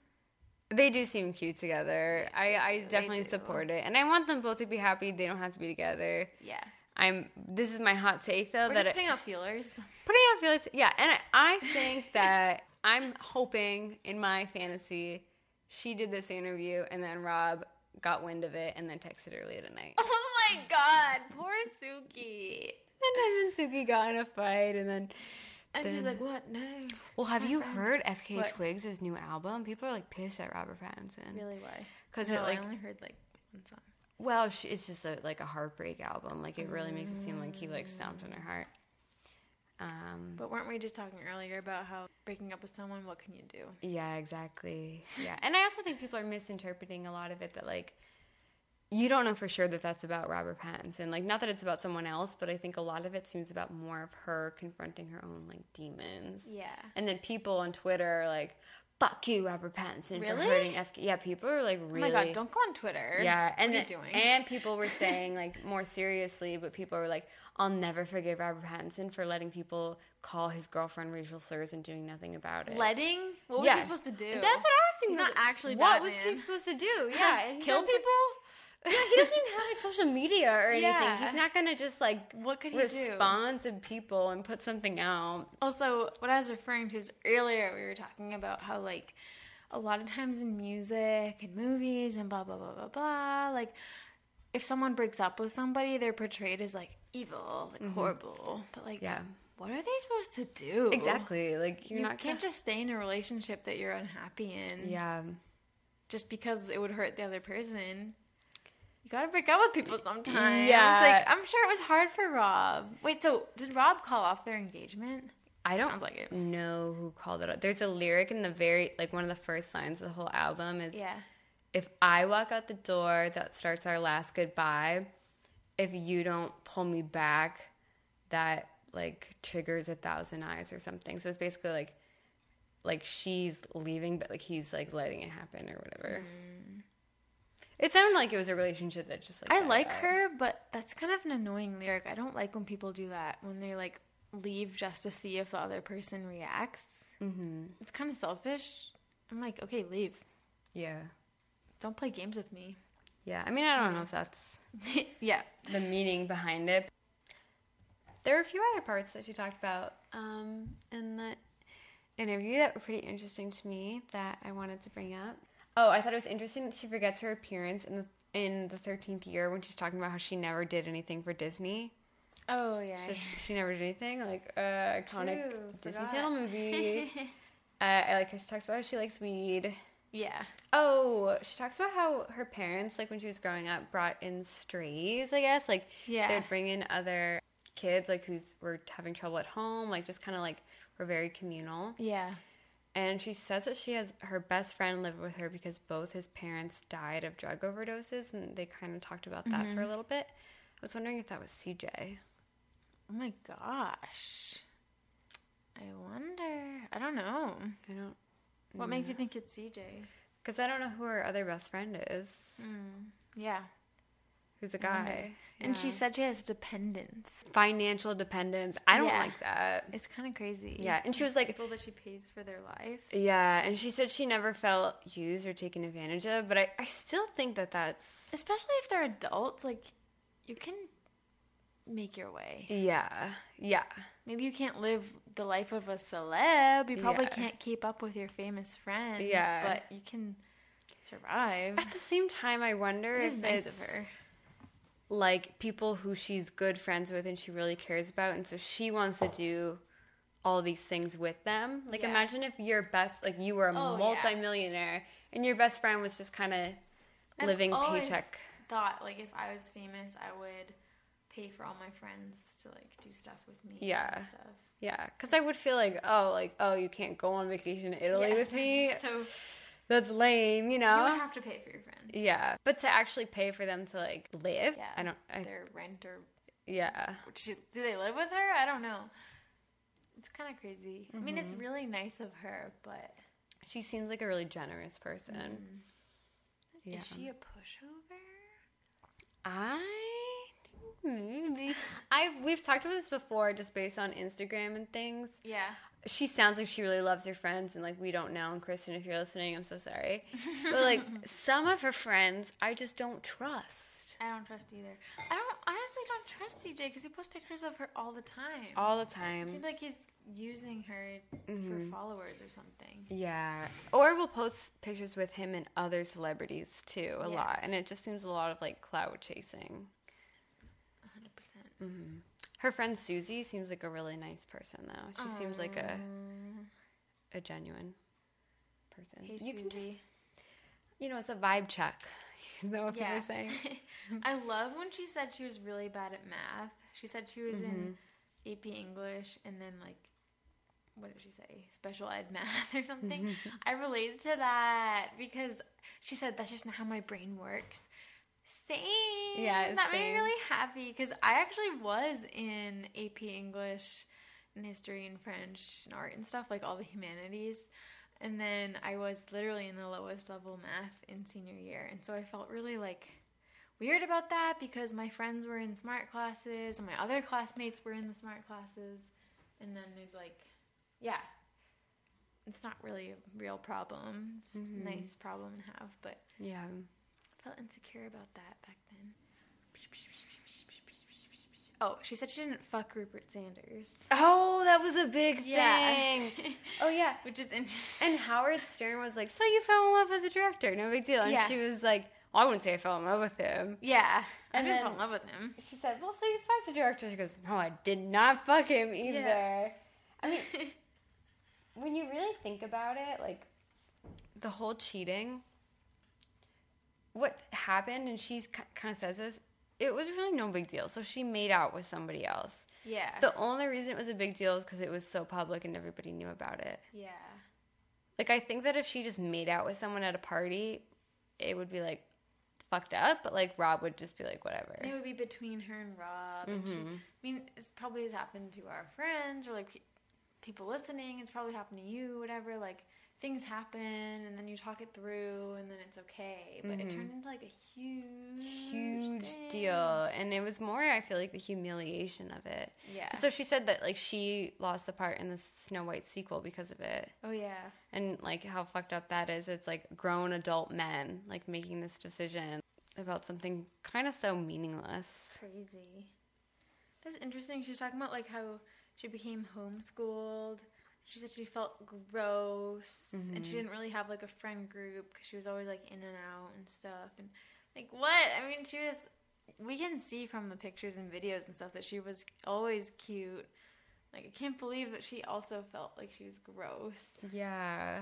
Speaker 4: they do seem cute together. I, I definitely
Speaker 1: do.
Speaker 4: support it, and I want them both to be happy. They don't have to be together.
Speaker 1: Yeah,
Speaker 4: I'm. This is my hot take though
Speaker 1: we're
Speaker 4: that
Speaker 1: just
Speaker 4: it-
Speaker 1: putting out
Speaker 4: <laughs>
Speaker 1: feelers.
Speaker 4: putting out feelings. Yeah, and I <laughs> think that I'm hoping in my fantasy she did this interview and then Rob got wind of it and then texted her late at night.
Speaker 1: Oh my God, poor
Speaker 4: <laughs>
Speaker 1: Suki.
Speaker 4: and then Suki got in a fight and then.
Speaker 1: And he's like, "What? No."
Speaker 4: Well, have you heard FK
Speaker 1: What?
Speaker 4: Twigs' new album? People are like pissed at Robert Pattinson.
Speaker 1: Really? Why?
Speaker 4: Because
Speaker 1: No,
Speaker 4: it like,
Speaker 1: I only heard like one song.
Speaker 4: well, she, it's just a, like a heartbreak album. Like it really makes it seem like he like stomped on her heart. Um.
Speaker 1: But weren't we just talking earlier about how breaking up with someone? What can you do? Oh
Speaker 4: Yeah, exactly. Yeah. And I also think people are misinterpreting a lot of it that, like, you don't know for sure that that's about Robert Pattinson. Like, not that it's about someone else, but I think a lot of it seems about more of her confronting her own, like, demons.
Speaker 1: Yeah.
Speaker 4: And then people on Twitter are like, fuck you, Robert Pattinson, for
Speaker 1: Really?
Speaker 4: hurting FK. Yeah, people are like, really.
Speaker 1: Oh my God, don't go on Twitter.
Speaker 4: Yeah, and
Speaker 1: what are you
Speaker 4: the-
Speaker 1: doing?
Speaker 4: and people
Speaker 1: <laughs>
Speaker 4: were saying like more seriously, but people were like, "I'll never forgive Robert Pattinson for letting people call his girlfriend racial slurs and doing nothing about it."
Speaker 1: Letting? What was he supposed to do?
Speaker 4: That's what I was thinking.
Speaker 1: He's not
Speaker 4: Like,
Speaker 1: actually
Speaker 4: What was
Speaker 1: Batman.
Speaker 4: he supposed to do?
Speaker 1: <laughs>
Speaker 4: Yeah, and he's
Speaker 1: Kill
Speaker 4: not-
Speaker 1: people?
Speaker 4: <laughs> Yeah, he doesn't
Speaker 1: <laughs>
Speaker 4: even have like social media or anything.
Speaker 1: Yeah.
Speaker 4: He's not gonna just like
Speaker 1: What could he do?
Speaker 4: respond to people and put something out.
Speaker 1: Also, what I was referring to is earlier we were talking about how like a lot of times in music and movies and blah blah blah blah blah, like if someone breaks up with somebody, they're portrayed as like evil, like horrible. But like
Speaker 4: Mm-hmm. Yeah.
Speaker 1: what are they supposed to do?
Speaker 4: Exactly. Like you're
Speaker 1: You
Speaker 4: not
Speaker 1: can't
Speaker 4: gonna-
Speaker 1: just stay in a relationship that you're unhappy in
Speaker 4: Yeah.
Speaker 1: just because it would hurt the other person. You gotta break up with people sometimes.
Speaker 4: Yeah.
Speaker 1: Like, I'm sure it was hard for Rob. Wait, so did Rob call off their engagement?
Speaker 4: I don't
Speaker 1: Sounds like it.
Speaker 4: know who called it out. There's a lyric in the very like one of the first lines of the whole album is
Speaker 1: Yeah.
Speaker 4: if I walk out the door that starts our last goodbye, if you don't pull me back, that like triggers a thousand eyes or something. So it's basically like like she's leaving but like he's like letting it happen or whatever. It sounded like it was a relationship that just like
Speaker 1: Mm. I
Speaker 4: died
Speaker 1: like
Speaker 4: out.
Speaker 1: her, but that's kind of an annoying lyric. I don't like when people do that when they like leave just to see if the other person reacts. Mm-hmm. It's kind of selfish. I'm like, okay, leave.
Speaker 4: Yeah.
Speaker 1: Don't play games with me. <laughs>
Speaker 4: Yeah. I mean I don't know if that's
Speaker 1: yeah.
Speaker 4: the meaning behind it. There were a few other parts that she talked about um, in the interview that were pretty interesting to me that I wanted to bring up. Oh, I thought it was interesting that she forgets her appearance in the in the thirteenth year when she's talking about how she never did anything for Disney.
Speaker 1: Oh yeah.
Speaker 4: So she, she never did anything like uh, iconic
Speaker 1: True,
Speaker 4: Disney
Speaker 1: forgot.
Speaker 4: Channel <laughs> movie. uh, I like how she talks about how she likes weed.
Speaker 1: yeah.
Speaker 4: Oh, she talks about how her parents, like when she was growing up, brought in strays, I guess. Like
Speaker 1: Yeah.
Speaker 4: they'd bring in other kids like who's were having trouble at home, like just kinda like were very communal.
Speaker 1: Yeah.
Speaker 4: And she says that she has her best friend lived with her because both his parents died of drug overdoses and they kinda talked about that for a
Speaker 1: Mm-hmm.
Speaker 4: little bit. I was wondering if that was CJ.
Speaker 1: Oh my gosh. I wonder. I don't know.
Speaker 4: I don't
Speaker 1: What makes
Speaker 4: Mm.
Speaker 1: you think it's CJ?
Speaker 4: because I don't know who her other best friend is,
Speaker 1: Mm. Yeah.
Speaker 4: who's a
Speaker 1: Mm-hmm.
Speaker 4: guy.
Speaker 1: And she said she has dependents.
Speaker 4: Financial dependence. I don't
Speaker 1: Yeah.
Speaker 4: like that.
Speaker 1: It's kind of crazy.
Speaker 4: Yeah, and she was like,
Speaker 1: People that she pays for their life.
Speaker 4: Yeah, and she said she never felt used or taken advantage of, but I, I still think that that's.
Speaker 1: Especially if they're adults, like, you can make your way.
Speaker 4: Yeah, yeah,
Speaker 1: Maybe you can't live the life of a celeb. You probably
Speaker 4: Yeah.
Speaker 1: can't keep up with your famous friend.
Speaker 4: Yeah.
Speaker 1: But you can survive.
Speaker 4: At the same time, I wonder
Speaker 1: It is
Speaker 4: if
Speaker 1: nice of
Speaker 4: it's
Speaker 1: her.
Speaker 4: like people who she's good friends with and she really cares about, and so she wants to do all these things with them. Like,
Speaker 1: Yeah.
Speaker 4: imagine if your best, like, you were a
Speaker 1: Oh, yeah.
Speaker 4: multimillionaire and your best friend was just kind of living
Speaker 1: I've always
Speaker 4: paycheck.
Speaker 1: Thought like if I was famous, I would pay for all my friends to like do stuff with me.
Speaker 4: Yeah.
Speaker 1: And stuff.
Speaker 4: Yeah, because I would feel like, oh, like, oh, you can't go on vacation to Italy
Speaker 1: Yeah.
Speaker 4: with me.
Speaker 1: <laughs> So
Speaker 4: That's lame, you
Speaker 1: you
Speaker 4: know?
Speaker 1: would have to pay for your friends.
Speaker 4: yeah, but to actually pay for them to like live,
Speaker 1: Yeah.
Speaker 4: I don't. I,
Speaker 1: Their rent or
Speaker 4: yeah,
Speaker 1: do do they live with her? I don't know. It's kind of crazy. I mean,
Speaker 4: Mm-hmm.
Speaker 1: it's really nice of her, but
Speaker 4: she seems like a really generous person. Yeah.
Speaker 1: Mm. is she a pushover?
Speaker 4: I think maybe I we've talked about this before, just based on Instagram and things.
Speaker 1: Yeah.
Speaker 4: she sounds like she really loves her friends and like we don't know and kristen if you're listening i'm so sorry but
Speaker 1: <laughs>
Speaker 4: like some of her friends i just don't trust
Speaker 1: I don't trust either. I don't honestly don't trust CJ because he posts pictures of her all the time.
Speaker 4: all the
Speaker 1: it seems
Speaker 4: time
Speaker 1: like he's using her for followers or something.
Speaker 4: Mm-hmm. yeah or we'll post pictures with him and other celebrities too a
Speaker 1: Yeah.
Speaker 4: lot and it just seems a lot of like clout chasing
Speaker 1: 100. percent
Speaker 4: her friend susie seems like a really nice person though she seems like a a genuine person
Speaker 1: Hey,
Speaker 4: you can just
Speaker 1: Susie.
Speaker 4: you know it's a vibe check <laughs> you know what
Speaker 1: Yeah.
Speaker 4: people say
Speaker 1: <laughs>
Speaker 4: <laughs>
Speaker 1: I love when she said she was really bad at math. She said she was
Speaker 4: Mm-hmm.
Speaker 1: in AP English and then like what did she say? Special ed math <laughs>
Speaker 4: <laughs>
Speaker 1: or something. I related to that because she said that's just not how my brain works. Same.
Speaker 4: Yeah,
Speaker 1: that made
Speaker 4: same.
Speaker 1: me really happy because I actually was in AP English and history and French and art and stuff like all the humanities. And then I was literally in the lowest level math in senior year, and so I felt really like weird about that because my friends were in smart classes and my other classmates were in the smart classes and then there's like yeah it's not really a real problem it's
Speaker 4: Mm-hmm.
Speaker 1: a nice problem to have but
Speaker 4: yeah
Speaker 1: i felt insecure about that back then oh she said she didn't fuck rupert sanders
Speaker 4: oh that was a big
Speaker 1: Yeah.
Speaker 4: thing <laughs> oh yeah
Speaker 1: <laughs> which is interesting
Speaker 4: And Howard Stern was like, "So you fell in love with the director? No big deal." And
Speaker 1: Yeah.
Speaker 4: she was like, well, "I wouldn't say I fell in love with him."
Speaker 1: yeah i
Speaker 4: And
Speaker 1: didn't
Speaker 4: then-
Speaker 1: fall in love with him
Speaker 4: She said, "Well, so you fucked the director?" She goes, "No, I did not fuck him either." I mean, when you really think about it, like the whole cheating, what happened, and she's kind of says this. It was really no big deal. So she made out with somebody else.
Speaker 1: <laughs> yeah
Speaker 4: The only reason it was a big deal is because it was so public and everybody knew about it.
Speaker 1: yeah
Speaker 4: Like I think that if she just made out with someone at a party, it would be like fucked up, but like Rob would just be like whatever.
Speaker 1: And it would be between her and Rob. And she,
Speaker 4: Mm-hmm.
Speaker 1: I mean, it's probably has happened to our friends or like pe- people listening. It's probably happened to you, whatever. Like things happen, and then you talk it through, and then it's okay. But it turned into like a huge,
Speaker 4: Mm-hmm. Huge
Speaker 1: thing.
Speaker 4: deal. And it was more I feel like the humiliation of it.
Speaker 1: Yeah.
Speaker 4: So she said that like she lost the part in the Snow White sequel because of it.
Speaker 1: Oh yeah,
Speaker 4: And like how fucked up that is. It's like grown adult men like making this decision about something kind of so meaningless.
Speaker 1: crazy. That's interesting. She was talking about like how she became homeschooled. She said she felt gross, and she didn't really have like a friend group because she was always like in and out and stuff. And like what? I mean, she was. We can see from the pictures and videos and stuff that she was always cute. Like I can't believe that she also felt like she was gross.
Speaker 4: Yeah.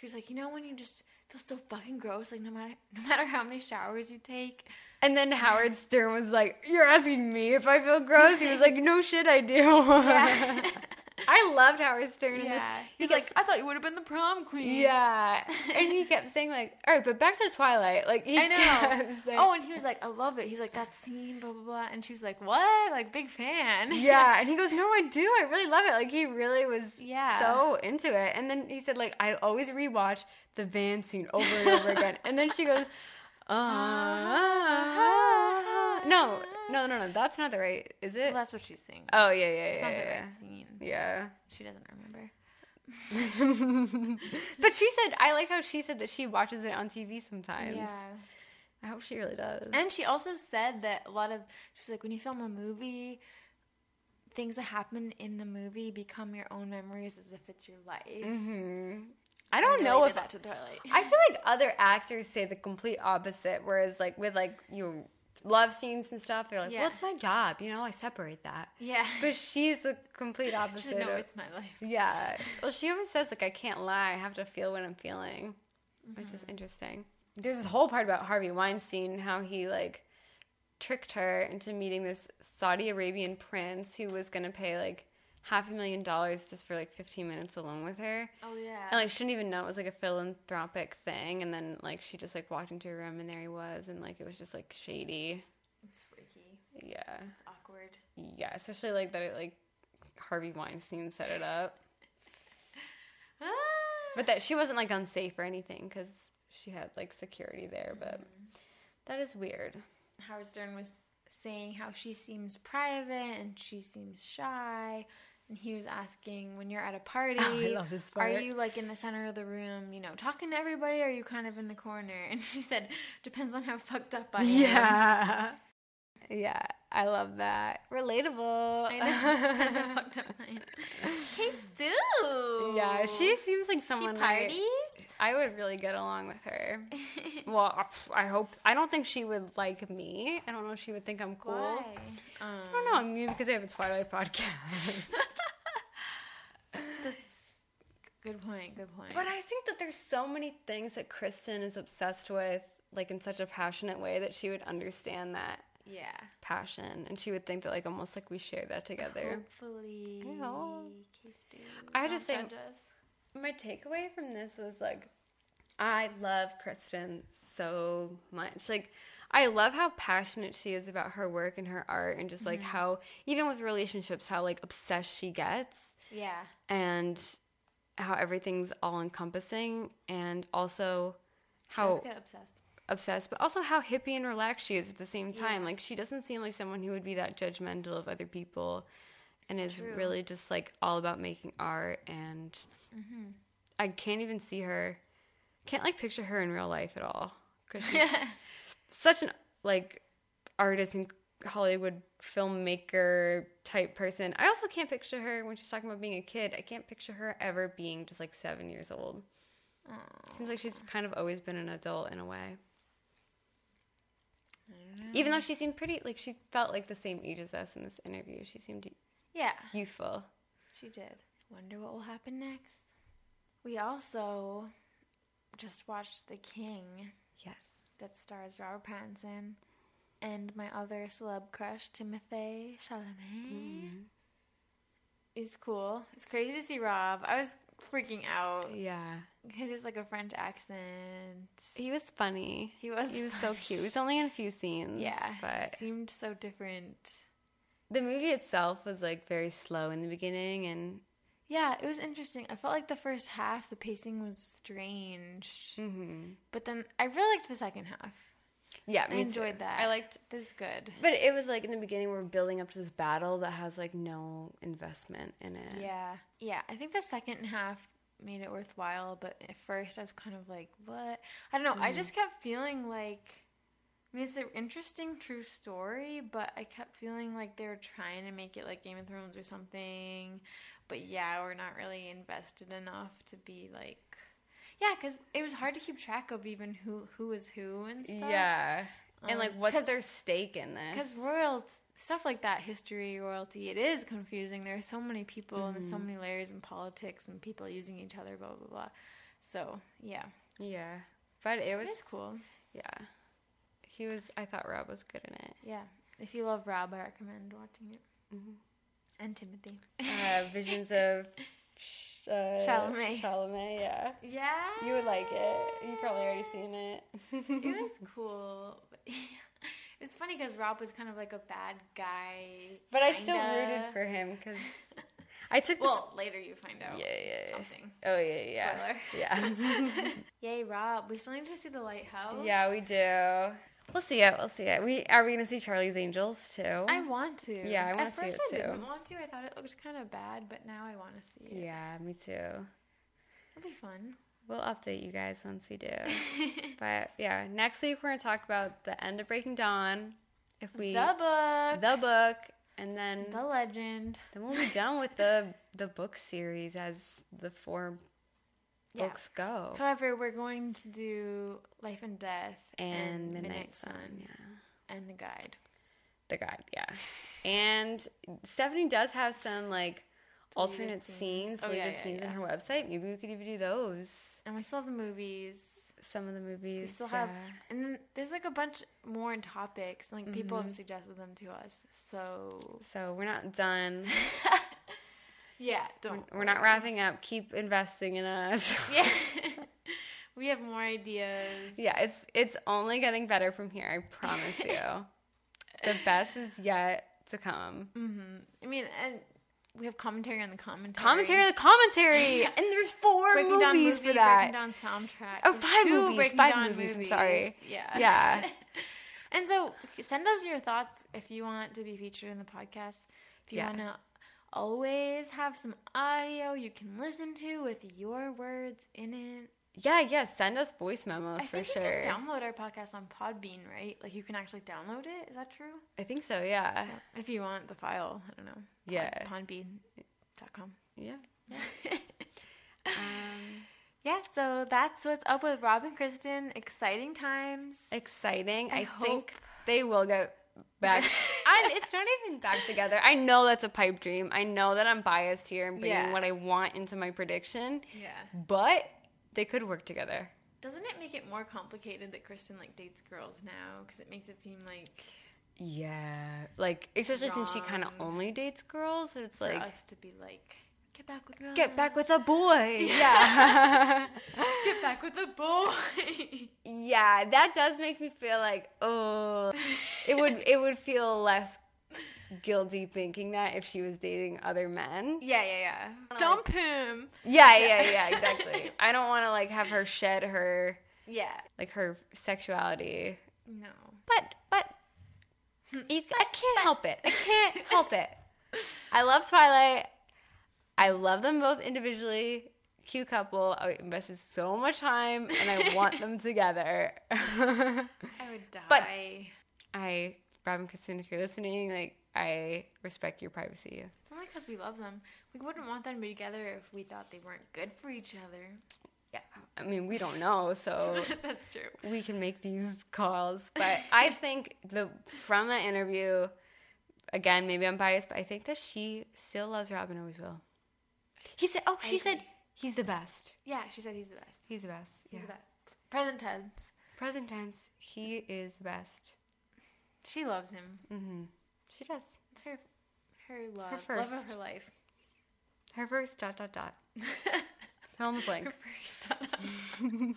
Speaker 1: She was like, you know, when you just feel so fucking gross, like no matter no matter how many showers you take, <laughs>
Speaker 4: And then Howard Stern was like, "You're asking me if I feel gross." He was like, "No shit, I
Speaker 1: <laughs>
Speaker 4: do." <laughs> I loved Howard Stern.
Speaker 1: Yeah.
Speaker 4: In this.
Speaker 1: He's like, I thought you would have been the prom queen.
Speaker 4: "Yeah," <laughs> and he kept saying like, "All right, but back to Twilight." Like he
Speaker 1: I know.
Speaker 4: kept <laughs> saying-
Speaker 1: oh, <laughs> and he was like, I love it. He's like, that scene, blah, blah, blah. And she was like, what? Like, big fan.
Speaker 4: yeah, and he goes, "No, I do. I really love it." Like he really was
Speaker 1: Yeah.
Speaker 4: so into it. And then he said like, "I always rewatch the van scene over and over again." And then she goes,
Speaker 1: <laughs>
Speaker 4: "Uh." "Uh-huh." No, no, no, no. That's not the right. Is it?
Speaker 1: <laughs> Well, that's what she's saying.
Speaker 4: Oh yeah, yeah,
Speaker 1: it's
Speaker 4: yeah,
Speaker 1: not the
Speaker 4: yeah.
Speaker 1: right scene.
Speaker 4: yeah.
Speaker 1: She doesn't remember.
Speaker 4: <laughs> but she said, I like how she said that she watches it on TV sometimes.
Speaker 1: Yeah.
Speaker 4: I hope she really does.
Speaker 1: And she also said that a lot of, she was like, when you film a movie, things that happen in the movie become your own memories as if it's your life.
Speaker 4: Mm-hmm.
Speaker 1: Hmm.
Speaker 4: I don't know
Speaker 1: Related
Speaker 4: if
Speaker 1: that to Twilight.
Speaker 4: I feel like other actors say the complete opposite. Whereas, like with like you love scenes and stuff, they're like,
Speaker 1: Yeah.
Speaker 4: "Well, it's my job," you know. I separate that.
Speaker 1: <laughs> yeah.
Speaker 4: But she's the
Speaker 1: <laughs>
Speaker 4: complete
Speaker 1: She
Speaker 4: opposite.
Speaker 1: said, no,
Speaker 4: of-
Speaker 1: it's my life.
Speaker 4: <laughs>
Speaker 1: <laughs>
Speaker 4: yeah. Well, she always says like, "I can't lie. I have to feel what I'm feeling,"
Speaker 1: Mm-hmm.
Speaker 4: which is interesting. There's this whole part about Harvey Weinstein, how he like tricked her into meeting this Saudi Arabian prince who was going to pay like half a million dollars just for like 15 minutes alone with her.
Speaker 9: Oh yeah.
Speaker 4: And like she didn't even know it was like a philanthropic thing and then like she just like walked into a room and there he was and like it was just like shady.
Speaker 9: it's freaky.
Speaker 4: Yeah.
Speaker 9: It's
Speaker 1: <gasps>
Speaker 9: awkward.
Speaker 4: Yeah, especially like that it like Harvey Weinstein set it up. But that she wasn't like unsafe or anything cuz she had like security there, but
Speaker 1: Mm-hmm.
Speaker 4: that is weird.
Speaker 1: Howard Stern was saying how she seems private and she seems shy. And he was asking, when you're at a
Speaker 4: <laughs>
Speaker 1: party,
Speaker 4: Oh, love this
Speaker 1: are
Speaker 4: part.
Speaker 1: you like in the center of the room, you know, talking to everybody, or are you kind of in the corner? And she said, depends on how fucked up I am.
Speaker 4: Yeah. Yeah, I love that. Relatable.
Speaker 1: I know. <laughs>
Speaker 4: <laughs>
Speaker 1: Depends how fucked up I am. Hey, Stu.
Speaker 4: yeah, she seems like
Speaker 1: She
Speaker 4: someone I-
Speaker 1: parties?
Speaker 4: I would really get along with <laughs> her. well, I- I hope I don't think she would like me. I don't know if she would think I'm cool.
Speaker 1: Um,
Speaker 4: I don't know. Maybe because I have a Twilight podcast.
Speaker 1: That's good point. Good point.
Speaker 4: but I think that there's so many things that Kristen is obsessed with, like in such a passionate way that she would understand that
Speaker 1: yeah.
Speaker 4: passion, and she would think that like almost like we share that together.
Speaker 1: Hopefully. K-Stu
Speaker 4: I
Speaker 1: won't
Speaker 4: just say-
Speaker 1: judge us.
Speaker 4: my takeaway from this was like I love Kristen so much. Like I love how passionate she is about her work and her art and just like how even with relationships how like obsessed she gets
Speaker 1: Yeah.
Speaker 4: and how everything's all encompassing and also how
Speaker 1: Just get obsessed.
Speaker 4: obsessed, but also how hippie and relaxed she is at the same time. Like she doesn't seem like someone who would be that judgmental of other people, and is really just like all about making art. And I can't even see her, can't like picture her in real life at all because she's such an like artist and Hollywood filmmaker type person. I also can't picture her when she's talking about being a kid. I can't picture her ever being just like seven years old. Seems like she's kind of always been an adult in a way. Even
Speaker 1: Mm.
Speaker 4: though she seemed pretty, like she felt like the same age as us in this interview. She seemed
Speaker 1: Yeah.
Speaker 4: youthful.
Speaker 1: She did. Wonder what will happen next. We also just watched The King
Speaker 4: Yes.
Speaker 1: that stars Robert Pattinson and my other celeb crush, Timothy Chalamet. It was cool. Mm-hmm. It's crazy to see Rob. I was freaking out
Speaker 4: Yeah.
Speaker 1: because it's like a French accent.
Speaker 4: He was funny.
Speaker 1: He was
Speaker 4: He was so cute. He was only in a few scenes.
Speaker 1: Yeah,
Speaker 4: But
Speaker 1: seemed so different.
Speaker 4: the movie itself was like very slow in the beginning and
Speaker 1: Yeah, it was interesting. I felt like the first half the pacing was strange, but then I really liked the second half.
Speaker 4: yeah,
Speaker 1: I
Speaker 4: Mm-hmm. Uh, me too.
Speaker 1: enjoyed that.
Speaker 4: I liked
Speaker 1: That was good.
Speaker 4: but it was like in the beginning we're building up to this battle that has like no investment in it.
Speaker 1: Yeah. Yeah. I think the second half made it worthwhile, but at first I was kind of like, what? I don't know.
Speaker 4: Mm.
Speaker 1: I just kept feeling like. I mean, it's an interesting true story, but I kept feeling like they were trying to make it like Game of Thrones or something. But yeah, we're not really invested enough to be like. Yeah, because it was hard to keep track of even who who was who and stuff. Um,
Speaker 4: Yeah. and like what's
Speaker 1: 'cause-
Speaker 4: their stake in this?
Speaker 1: Because royal stuff like that, history, royalty, it is confusing. There are so many people and
Speaker 4: Mm-hmm.
Speaker 1: so many layers in politics and people using each other, blah blah blah. So yeah,
Speaker 4: Yeah. But it was
Speaker 1: it's cool.
Speaker 4: Yeah. He was I thought Rob was good in it.
Speaker 1: Yeah, if you love Rob, I recommend watching it.
Speaker 4: Mm-hmm.
Speaker 1: And Timothy.
Speaker 4: Uh, Visions of Sh- uh,
Speaker 1: Chalamet.
Speaker 4: Chalamet, yeah.
Speaker 1: <laughs> Yeah,
Speaker 4: You would like it. You've probably already seen it.
Speaker 1: it was cool. <laughs> But yeah. It was funny because Rob was kind of like a bad guy.
Speaker 4: <laughs> but I still
Speaker 1: kinda.
Speaker 4: rooted for him because I took this.
Speaker 1: Well, later you find out
Speaker 4: yeah, yeah, yeah.
Speaker 1: something.
Speaker 4: Oh yeah, yeah, yeah,
Speaker 1: <laughs>
Speaker 4: <laughs>
Speaker 1: Yay, Rob! We still need to see the lighthouse.
Speaker 4: yeah. We do. We'll see it. We'll see it. We are we gonna see Charlie's Angels too?
Speaker 1: I want to.
Speaker 4: Yeah, I wanna
Speaker 1: At
Speaker 4: see
Speaker 1: first
Speaker 4: it
Speaker 1: I
Speaker 4: too.
Speaker 1: didn't want to. I thought it looked kind of bad, but now I want to see it.
Speaker 4: yeah, me too.
Speaker 1: It'll be fun.
Speaker 4: We'll update you guys once we
Speaker 1: <laughs>
Speaker 4: do. but yeah, next week we're gonna talk about the end of Breaking Dawn. If we
Speaker 1: The book,
Speaker 4: the book, and then
Speaker 1: the legend.
Speaker 4: Then we'll be done with the the book series as the four
Speaker 1: Yeah.
Speaker 4: books go.
Speaker 1: However, we're going to do Life and Death
Speaker 4: And Midnight, Sun, yeah.
Speaker 1: and the guide.
Speaker 4: The guide, yeah. And Stephanie does have some like alternate scenes,
Speaker 1: Oh,
Speaker 4: deleted
Speaker 1: yeah, yeah,
Speaker 4: scenes
Speaker 1: yeah.
Speaker 4: on her website. Maybe we could even do those.
Speaker 1: And we still have the movies.
Speaker 4: Some of the movies. uh,
Speaker 1: We still have,
Speaker 4: yeah.
Speaker 1: and then there's like a bunch more in topics. Like people
Speaker 4: Mm-hmm.
Speaker 1: have suggested them to us. So
Speaker 4: So we're not
Speaker 1: <laughs>
Speaker 4: done.
Speaker 1: yeah, don't.
Speaker 4: We're not wrapping up. Keep investing in us.
Speaker 1: <laughs>
Speaker 4: <laughs>
Speaker 1: Yeah, <laughs> we have more ideas.
Speaker 4: yeah, it's it's only getting better from here. I promise
Speaker 1: <laughs>
Speaker 4: you. the best is yet to come.
Speaker 1: I mean, and we have commentary on the commentary.
Speaker 4: Commentary, the commentary, <laughs> and there's four
Speaker 1: breaking
Speaker 4: movies
Speaker 1: down movie,
Speaker 4: for that.
Speaker 1: breaking down soundtrack.
Speaker 4: Oh,
Speaker 1: There's
Speaker 4: five
Speaker 1: two
Speaker 4: movies,
Speaker 1: Breaking
Speaker 4: five
Speaker 1: Dawn
Speaker 4: movies, I'm sorry.
Speaker 1: Yeah.
Speaker 4: Yeah.
Speaker 1: and so send us your thoughts if you want to be featured in the podcast. If you
Speaker 4: Yeah.
Speaker 1: want to always have some audio you can listen to with your words in it.
Speaker 4: <laughs> Yeah, yeah. Send us voice memos
Speaker 1: I
Speaker 4: for
Speaker 1: think
Speaker 4: sure.
Speaker 1: you can download our podcast on Podbean, right? Like you can actually download it. Is that true?
Speaker 4: I think so. Yeah.
Speaker 1: If you want the file, I don't know. Pod-
Speaker 4: Yeah.
Speaker 1: Podbean.com.
Speaker 4: Yeah. <laughs> Um,
Speaker 1: Yeah, so that's what's up with Rob and Kristen. Exciting times.
Speaker 4: Exciting. I,
Speaker 1: I
Speaker 4: think they will get <laughs> back. I, it's not even back together. I know that's a pipe dream. I know that I'm biased here and bringing
Speaker 1: Yeah.
Speaker 4: what I want into my prediction,
Speaker 1: Yeah.
Speaker 4: but they could work together.
Speaker 1: Doesn't it make it more complicated that Kristen like dates girls now? Because it makes it seem like
Speaker 4: Yeah. Like, especially since she kind of
Speaker 1: Wrong.
Speaker 4: only dates girls, it's
Speaker 1: for
Speaker 4: like,
Speaker 1: us to be like, get back with Rob.
Speaker 4: get back with a boy. Yeah. <laughs>
Speaker 1: <laughs> get back with the boy. <laughs>
Speaker 4: yeah, that does make me feel like, oh, it would it would feel less guilty thinking that if she was dating other men.
Speaker 1: yeah, yeah, yeah. Dump him.
Speaker 4: Yeah, yeah, yeah, exactly. I don't want to like have her shed her
Speaker 1: Yeah.
Speaker 4: like her sexuality,
Speaker 1: No.
Speaker 4: but but hmm, you, I can't help it. I can't help it. I love Twilight. I love them both individually. Cute couple. I invested so much time, and I want them together. <laughs>
Speaker 1: I would die.
Speaker 4: But- I, Robin Kassoon, if you're listening, like I respect your privacy.
Speaker 1: it's only because we love them. We wouldn't want them to be together if we thought they weren't good for each other.
Speaker 4: Yeah, I mean we don't know,
Speaker 1: <laughs>
Speaker 4: so
Speaker 1: That's true.
Speaker 4: we can make these calls. But <laughs> I think the from the interview, again, maybe I'm biased, but I think that she still loves Robin. Always will. He said, "Oh, she said he's the best.
Speaker 1: Yeah, she said he's the best.
Speaker 4: He's the best.
Speaker 1: He's
Speaker 4: yeah,
Speaker 1: the best. Present tense.
Speaker 4: present tense. He is the best.
Speaker 1: She loves him.
Speaker 4: She does.
Speaker 1: It's her, her love. Love
Speaker 4: first.
Speaker 1: of her life. <laughs>
Speaker 4: Her first dot dot dot. Fill in the <laughs> blank.
Speaker 1: First. <laughs>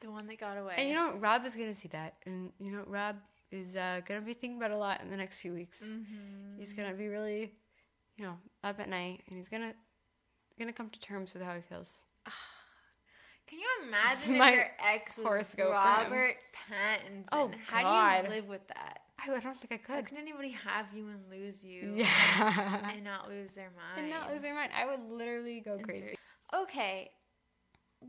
Speaker 1: the one that got away.
Speaker 4: And you know, what? Rob is gonna see that, and you know, what? Rob is uh, gonna be thinking about it a lot in the next few weeks. He's gonna be really, you know, up at night, and he's gonna gonna come to terms with how he feels.
Speaker 1: Can you imagine if
Speaker 4: my
Speaker 1: your ex was
Speaker 4: horoscope for him.
Speaker 1: Robert Pattinson?
Speaker 4: Oh,
Speaker 1: How do
Speaker 4: God.
Speaker 1: you live with that?
Speaker 4: I, I don't think I
Speaker 1: How
Speaker 4: could.
Speaker 1: can anybody have you and lose you
Speaker 4: Yeah,
Speaker 1: and not lose their mind?
Speaker 4: and not lose their mind. I would literally go crazy.
Speaker 1: Okay,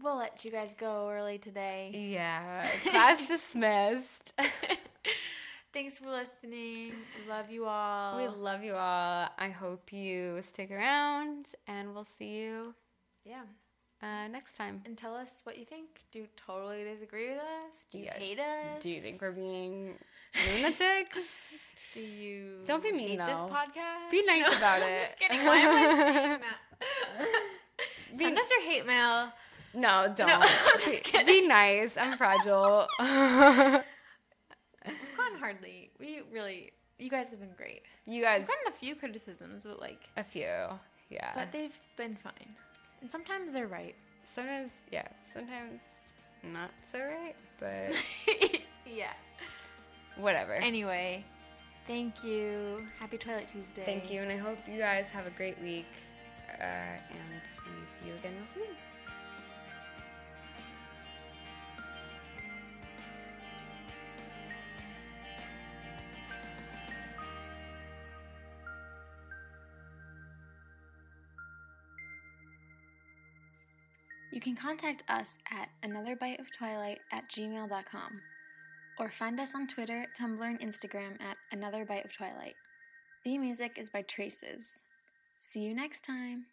Speaker 1: we'll let you guys go early today.
Speaker 4: Yeah, class <laughs> dismissed.
Speaker 1: <laughs> Thanks for listening. Love you all.
Speaker 4: We love you all. I hope you stick around, and we'll see you
Speaker 1: yeah.
Speaker 4: uh, next time.
Speaker 1: And tell us what you think. Do you totally disagree with us? Do you
Speaker 4: Yeah.
Speaker 1: hate us?
Speaker 4: Do you think we're being <laughs> lunatics? <laughs>
Speaker 1: Do you
Speaker 4: Don't be mean,
Speaker 1: hate this
Speaker 4: though.
Speaker 1: podcast?
Speaker 4: Be nice about it.
Speaker 1: <laughs> I'm
Speaker 4: <laughs>
Speaker 1: just kidding. Why am I saying that? Send us your hate mail.
Speaker 4: No, <laughs> don't.
Speaker 1: I'm just
Speaker 4: Be- Be nice. I'm fragile. <laughs>
Speaker 1: We've gone hardly. We really, you guys have been great.
Speaker 4: you guys,
Speaker 1: I've gotten a few criticisms, but like,
Speaker 4: a few. Yeah.
Speaker 1: but they've been fine. And sometimes they're right.
Speaker 4: sometimes, yeah. Sometimes not so right, but
Speaker 1: yeah.
Speaker 4: whatever. <laughs>
Speaker 1: Anyway, thank you. Happy Twilight Tuesday.
Speaker 4: Thank you, and I hope you guys have a great week. Uh, and we see you again real soon.
Speaker 2: You can contact us at anotherbiteoftwilight at gmail.com or find us on Twitter, Tumblr, and Instagram at Another Bite of Twilight. Theme music is by Traces. See you next time!